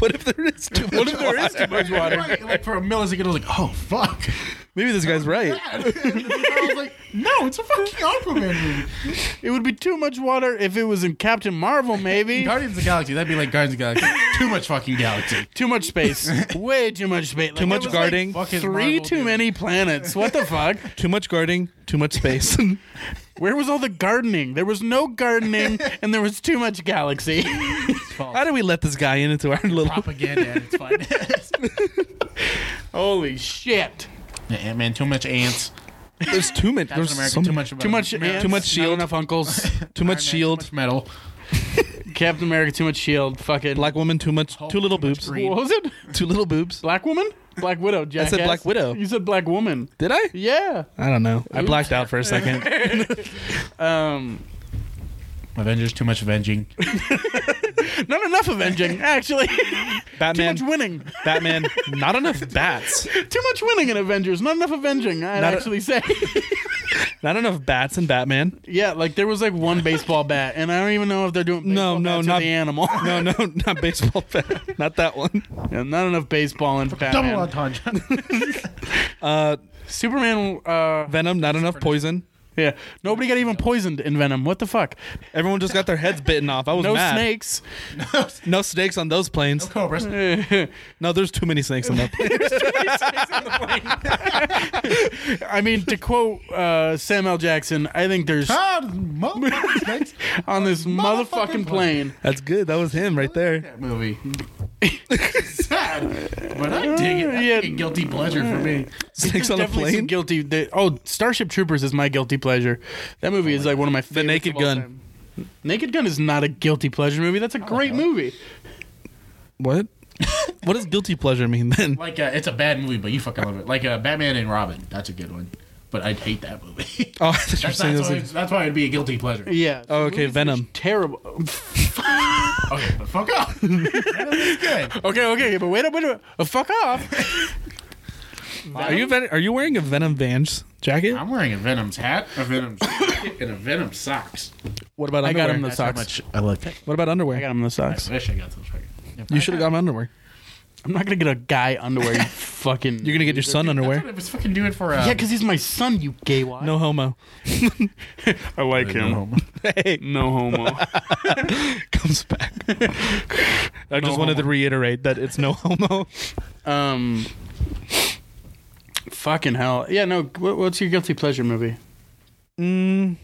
Speaker 1: What if there is too much? What if there is too much water?
Speaker 3: Like, like, for a millisecond, I was like, "Oh fuck."
Speaker 1: Maybe this guy's right.
Speaker 3: And I was like, "No, it's a fucking Aquaman movie."
Speaker 2: it would be too much water if it was in Captain Marvel. Maybe
Speaker 3: Guardians of the Galaxy. That'd be like Guardians of the Galaxy. Too much fucking galaxy.
Speaker 2: too much space. Way too much space. Like,
Speaker 1: Too much
Speaker 2: that was
Speaker 1: guarding.
Speaker 2: Like
Speaker 3: Fucking
Speaker 2: three
Speaker 3: Marvel,
Speaker 2: too
Speaker 3: dude.
Speaker 2: many planets. What the fuck?
Speaker 1: Too much guarding. Too much space.
Speaker 2: Where was all the gardening? There was no gardening, and there was too much galaxy.
Speaker 1: How do we let this guy in into our little?
Speaker 3: propaganda and its finest.
Speaker 2: Holy shit!
Speaker 3: yeah, Ant-Man, too much ants.
Speaker 1: There's too many.
Speaker 3: Captain
Speaker 1: There's
Speaker 3: America,
Speaker 1: so
Speaker 3: too
Speaker 1: much.
Speaker 3: much.
Speaker 2: Too much.
Speaker 3: metal.
Speaker 2: Ants,
Speaker 1: Too much
Speaker 2: not
Speaker 1: shield.
Speaker 2: enough uncles.
Speaker 1: Too much shield.
Speaker 3: Too much metal.
Speaker 2: Captain America. Too much shield. Fucking.
Speaker 1: Black woman. Too much. Too little
Speaker 3: too much
Speaker 1: boobs.
Speaker 2: What was it?
Speaker 1: Too little boobs.
Speaker 2: Black woman? Black widow. Jackass.
Speaker 1: Black Widow.
Speaker 2: You said black woman.
Speaker 1: Did I?
Speaker 2: Yeah.
Speaker 1: I don't know. I blacked out for a second.
Speaker 2: Um.
Speaker 3: Avengers, too much avenging.
Speaker 2: Not enough avenging, actually. Too
Speaker 1: Batman.
Speaker 2: much winning.
Speaker 1: Batman. Not enough bats.
Speaker 2: Too much winning in Avengers. Not enough avenging, I'd
Speaker 1: Not a-
Speaker 2: actually say.
Speaker 1: Not enough bats in Batman.
Speaker 2: yeah, like there was like one baseball bat, and I don't even know if they're doing
Speaker 1: No,
Speaker 2: baseball
Speaker 1: no,
Speaker 2: bats or
Speaker 1: not-
Speaker 2: the animal.
Speaker 1: No, no, not baseball bat. Not that one.
Speaker 2: Yeah, not enough baseball in Batman.
Speaker 3: Double entendre.
Speaker 1: Uh,
Speaker 2: Superman, uh,
Speaker 1: Venom. Not enough poison.
Speaker 2: yeah. Nobody got even poisoned in Venom. What the fuck?
Speaker 1: Everyone just got their heads bitten off. I was
Speaker 2: No
Speaker 1: mad.
Speaker 2: snakes.
Speaker 1: No snakes on those planes.
Speaker 3: Cobras.
Speaker 1: No, there's too many snakes on that plane.
Speaker 2: I mean, to quote uh, Samuel Jackson, I think there's
Speaker 3: Ah, motherfucking snakes.
Speaker 2: on this
Speaker 3: Motherfucking
Speaker 2: motherfucking
Speaker 3: plane.
Speaker 2: plane.
Speaker 1: That's good. That was him right there.
Speaker 3: That movie. Sad, but I dig it. That's
Speaker 2: Yeah.
Speaker 3: a guilty pleasure for me.
Speaker 1: Snakes on a
Speaker 2: Definitely some
Speaker 1: plane.
Speaker 2: guilty. They, oh, Starship Troopers is my guilty pleasure. That movie is like one of my favorites.
Speaker 1: Naked
Speaker 2: of all
Speaker 1: Gun.
Speaker 2: time. Naked Gun is not a guilty pleasure movie.
Speaker 3: Oh
Speaker 2: That's a great movie.
Speaker 1: What? what does guilty pleasure mean then?
Speaker 3: Like, uh, it's a bad movie, but you fucking love it. Like, uh, Batman and Robin. That's a good one. But I'd hate that movie.
Speaker 1: Oh, I thought you were
Speaker 3: that's,
Speaker 1: saying
Speaker 3: that's,
Speaker 1: it
Speaker 3: why
Speaker 1: was
Speaker 3: it's- that's why it'd be a guilty pleasure.
Speaker 2: Yeah.
Speaker 1: Oh, okay, Venom.
Speaker 2: Terrible.
Speaker 3: Okay, but fuck off. that movie's good.
Speaker 2: Okay, okay, but wait up, wait up. Uh, fuck off.
Speaker 1: Are you ven- are you wearing a Venom Vans jacket?
Speaker 3: I'm wearing a Venom's hat, a Venom's jacket, and a Venom socks.
Speaker 1: What about
Speaker 2: I
Speaker 1: underwear?
Speaker 2: got him the socks.
Speaker 3: I like that.
Speaker 1: what about underwear?
Speaker 2: I got him the
Speaker 3: I
Speaker 2: socks.
Speaker 3: wish I got those fucking. If
Speaker 1: you
Speaker 3: I
Speaker 1: should have got
Speaker 3: had-
Speaker 1: him underwear.
Speaker 2: I'm not gonna get a guy underwear. You fucking.
Speaker 1: You're gonna get your son
Speaker 3: That's
Speaker 1: underwear.
Speaker 3: what I was fucking doing for. Uh,
Speaker 2: Yeah, because he's my son. You gay wad.
Speaker 1: No homo.
Speaker 2: I like him.
Speaker 1: Hey,
Speaker 2: No homo.
Speaker 1: comes back. I just wanted to
Speaker 2: homo.
Speaker 1: reiterate that it's no homo.
Speaker 2: um. Fucking hell. Yeah. No. What, what's your guilty pleasure movie?
Speaker 1: Mm,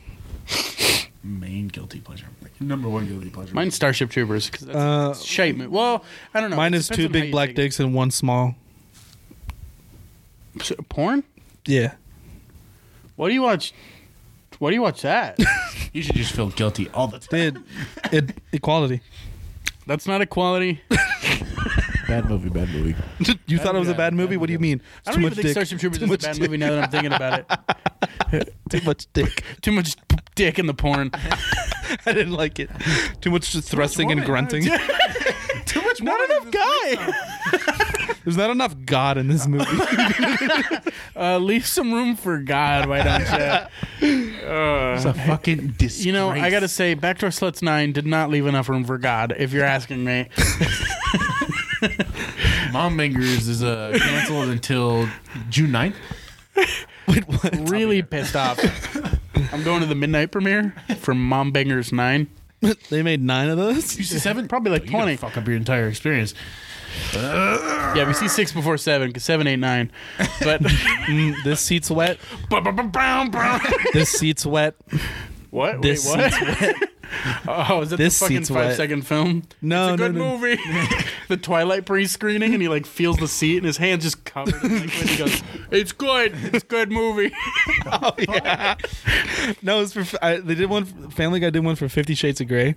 Speaker 3: main guilty pleasure. Like, number one guilty pleasure.
Speaker 2: Mine's Starship Troopers because that's
Speaker 1: Uh,
Speaker 2: a shite movie. Well, I don't know.
Speaker 1: mine
Speaker 2: It
Speaker 1: is
Speaker 2: depends
Speaker 1: two
Speaker 2: on how
Speaker 1: big
Speaker 2: you
Speaker 1: black
Speaker 2: take
Speaker 1: dicks and one small.
Speaker 2: it. S- Porn?
Speaker 1: Yeah.
Speaker 2: What do you watch? What do you watch that?
Speaker 3: you should just feel guilty all the time.
Speaker 1: It, it equality.
Speaker 2: that's not equality.
Speaker 3: Bad movie, bad movie.
Speaker 1: You thought it was a bad movie? What do you mean?
Speaker 2: I
Speaker 1: It's
Speaker 2: don't even think Starship Troopers
Speaker 1: Too
Speaker 2: is a
Speaker 1: much
Speaker 2: bad
Speaker 1: dick.
Speaker 2: movie now that I'm thinking about it.
Speaker 1: Too much dick.
Speaker 2: Too much p- dick in the porn.
Speaker 1: I didn't like it. Too much thrusting and grunting.
Speaker 3: Too much
Speaker 2: not enough guy.
Speaker 1: There's not enough God in this movie.
Speaker 2: Uh, leave some room for God, why don't you?
Speaker 3: It's a fucking disgrace.
Speaker 2: You know, I gotta say, Backdoor Sluts Nine did not leave enough room for God. If you're asking me,
Speaker 3: Mom Bangers is uh, canceled until June 9th.
Speaker 1: Wait, what?
Speaker 2: really pissed off. I'm going to the midnight premiere for Mom Bangers Nine.
Speaker 1: they made nine of those.
Speaker 3: You see seven?
Speaker 2: Probably like
Speaker 3: You gonna
Speaker 2: 20.
Speaker 3: Fuck up your entire experience.
Speaker 2: Yeah, we see six before seven because seven, eight, nine. But
Speaker 1: Mm, this seat's wet.
Speaker 3: Ba-ba-ba-bow-bow.
Speaker 1: This seat's wet.
Speaker 2: what?
Speaker 1: This
Speaker 2: Wait, what? oh, is it
Speaker 1: This
Speaker 2: the fucking
Speaker 1: seat's
Speaker 2: five
Speaker 1: wet.
Speaker 2: second film?
Speaker 1: No,
Speaker 2: it's
Speaker 1: no,
Speaker 2: a good
Speaker 1: no.
Speaker 2: movie. the Twilight pre-screening, and he like feels the seat, and his hands just covered. In liquid. He goes, "It's good. It's a good movie."
Speaker 1: No, it's for I, they did one. Family Guy did one for Fifty Shades of Grey,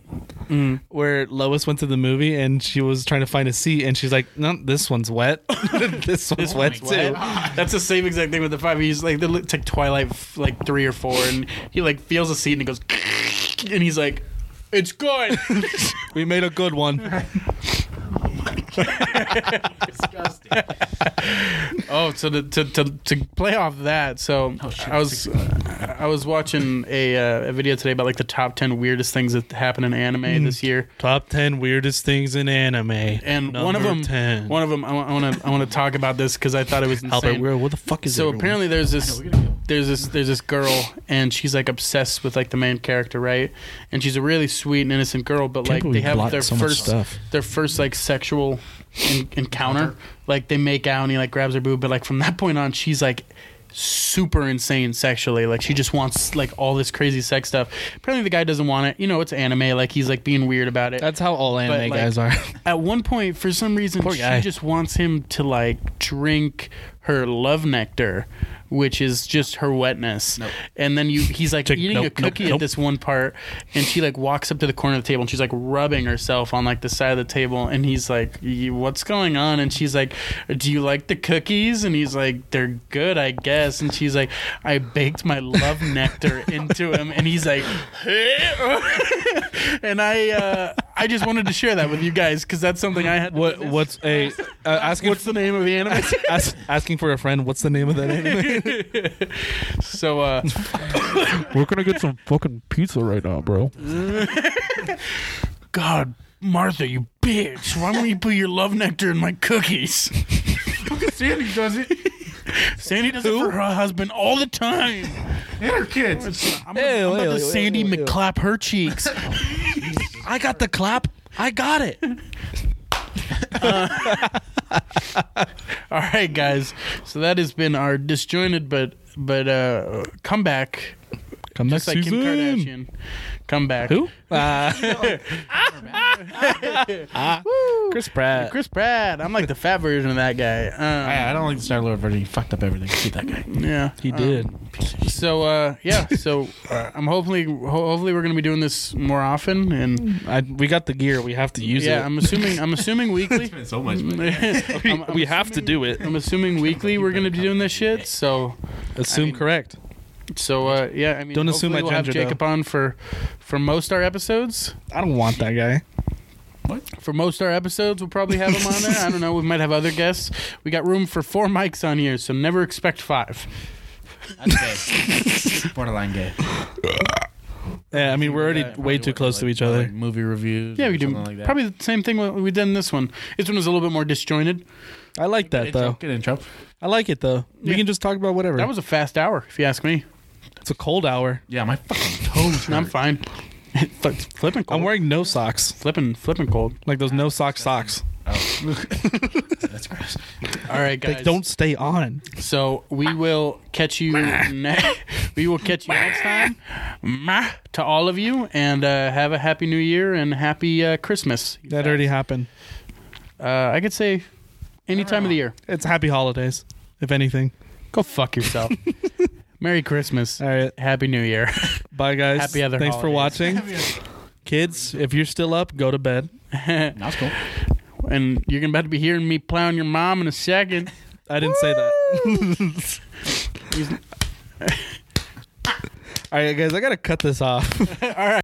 Speaker 1: where Lois went to the movie and she was trying to find a seat, and she's like, "No, this one's wet. this one's wet too."
Speaker 2: That's the same exact thing with the five. He's like, it's like Twilight, f- like three or four, and he like feels a seat and he goes, and he's like, "It's good."
Speaker 1: We made a good one.
Speaker 3: Disgusting.
Speaker 2: Oh, so to to, to, to play off that, so
Speaker 3: shit,
Speaker 2: I was I was watching a uh, a video today about like the top ten weirdest things that happen in anime this year,
Speaker 1: Top ten weirdest things in anime,
Speaker 2: and one of
Speaker 1: Number 10.
Speaker 2: them, one of them, I want to I want to talk about this because I thought it was
Speaker 1: Albert
Speaker 2: insane.
Speaker 1: Weir, what the fuck is
Speaker 2: so
Speaker 1: everyone?
Speaker 2: apparently there's this
Speaker 3: we're gonna go.
Speaker 2: there's this there's this girl and she's like obsessed with like the main character right and she's a really sweet and innocent girl but
Speaker 1: Can't
Speaker 2: like
Speaker 1: believe
Speaker 2: they
Speaker 1: we
Speaker 2: have
Speaker 1: blocked
Speaker 2: their
Speaker 1: so much
Speaker 2: first
Speaker 1: stuff.
Speaker 2: their first like sexual en- encounter like they make out and he like grabs her boob but like from that point on she's like super insane sexually like she just wants like all this crazy sex stuff apparently the guy doesn't want it you know it's anime like he's like being weird about it
Speaker 1: That's how all anime
Speaker 2: like,
Speaker 1: guys are.
Speaker 2: at one point for some reason
Speaker 1: Poor
Speaker 2: she
Speaker 1: guy.
Speaker 2: just wants him to like drink her love nectar which is just her wetness and then you he's like
Speaker 1: Chick-
Speaker 2: eating
Speaker 1: nope,
Speaker 2: a
Speaker 1: nope,
Speaker 2: cookie at
Speaker 1: nope.
Speaker 2: this one part and she like walks up to the corner of the table and she's like rubbing herself on like the side of the table and he's like "Y- what's going on and she's like do you like the cookies and he's like they're good i guess and she's like i baked my love nectar into him and he's like and I uh, I just wanted to share that with you guys because that's something I had.
Speaker 1: What what's a uh, asking
Speaker 2: What's the name of the anime?
Speaker 1: ask, asking for a friend? What's the name of that anime?
Speaker 2: so uh,
Speaker 6: We're gonna get some fucking pizza right now, bro.
Speaker 2: God, Martha, you bitch! Why won't you put your love nectar in my cookies?
Speaker 3: Sandy does it.
Speaker 2: Sandy does it for her husband all the time.
Speaker 3: And her kids.
Speaker 2: I'm, gonna- I'm about to Sandy McClap her cheeks.
Speaker 1: I got the clap. I got it.
Speaker 2: All right, guys. So that has been our disjointed but but uh, comeback.
Speaker 1: Come
Speaker 2: Just like Kim Kardashian, comeback.
Speaker 1: Who? Uh, Chris Pratt.
Speaker 2: Chris Pratt. I'm like the fat version of that guy. Um,
Speaker 3: I, I don't like the Star Lord version. He fucked up everything. Shoot that guy.
Speaker 2: Yeah,
Speaker 1: Ah.
Speaker 2: Um,
Speaker 1: he did.
Speaker 2: So uh, yeah, so uh, I'm hopefully ho- hopefully we're gonna be doing this more often, and
Speaker 1: I, we got the gear. We have to use
Speaker 2: yeah,
Speaker 1: it.
Speaker 2: I'm assuming I'm assuming weekly.
Speaker 3: So much.
Speaker 2: I'm, I'm,
Speaker 1: we have to do it.
Speaker 2: I'm assuming weekly we're gonna be doing this shit. So
Speaker 1: Assume correct.
Speaker 2: so uh, yeah, I mean,
Speaker 1: Don't assume my
Speaker 2: hopefully we'll have
Speaker 1: gender, though.
Speaker 2: Jacob on for for most our episodes.
Speaker 1: I don't want that guy.
Speaker 2: For most our episodes, we'll probably have him on there. I don't know. We might have other guests. We got room for four mics on here, so never expect five.
Speaker 3: That's gay. Borderline gay.
Speaker 1: Yeah, I mean we're already way too close to each
Speaker 3: Like
Speaker 1: other.
Speaker 3: movie reviews.
Speaker 2: Yeah,
Speaker 3: or
Speaker 2: we do
Speaker 3: something like that.
Speaker 2: probably the same thing what we did in this one. This one was a little bit more disjointed.
Speaker 1: I like that though.
Speaker 3: Good intro.
Speaker 1: I like it though. We
Speaker 2: Yeah.
Speaker 1: can just talk about whatever.
Speaker 2: That was a fast hour, if you ask me.
Speaker 1: it's a cold hour.
Speaker 3: Yeah, my fucking toes.
Speaker 2: No, I'm fine. It's flipping cold.
Speaker 1: I'm wearing no socks.
Speaker 2: flipping flipping cold.
Speaker 1: Like those no sock socks.
Speaker 3: That's gross.
Speaker 2: All right, guys.
Speaker 1: They don't stay on.
Speaker 2: So we will catch you next. we will catch you next time. Mwah To all of you, and uh, have a happy New Year and happy uh, Christmas.
Speaker 1: That already happened.
Speaker 2: Uh, I could say any time of the year.
Speaker 1: It's happy holidays, if anything.
Speaker 2: Go fuck yourself. Merry Christmas.
Speaker 1: All right.
Speaker 2: Happy New Year.
Speaker 1: Bye, guys.
Speaker 2: Happy other
Speaker 1: Thanks for
Speaker 2: holidays.
Speaker 1: watching. Kids, if you're still up, go to bed.
Speaker 3: That's cool.
Speaker 2: and you're about to be hearing me plowing your mom in a second.
Speaker 1: I didn't say that. All right, guys, I got to cut this off.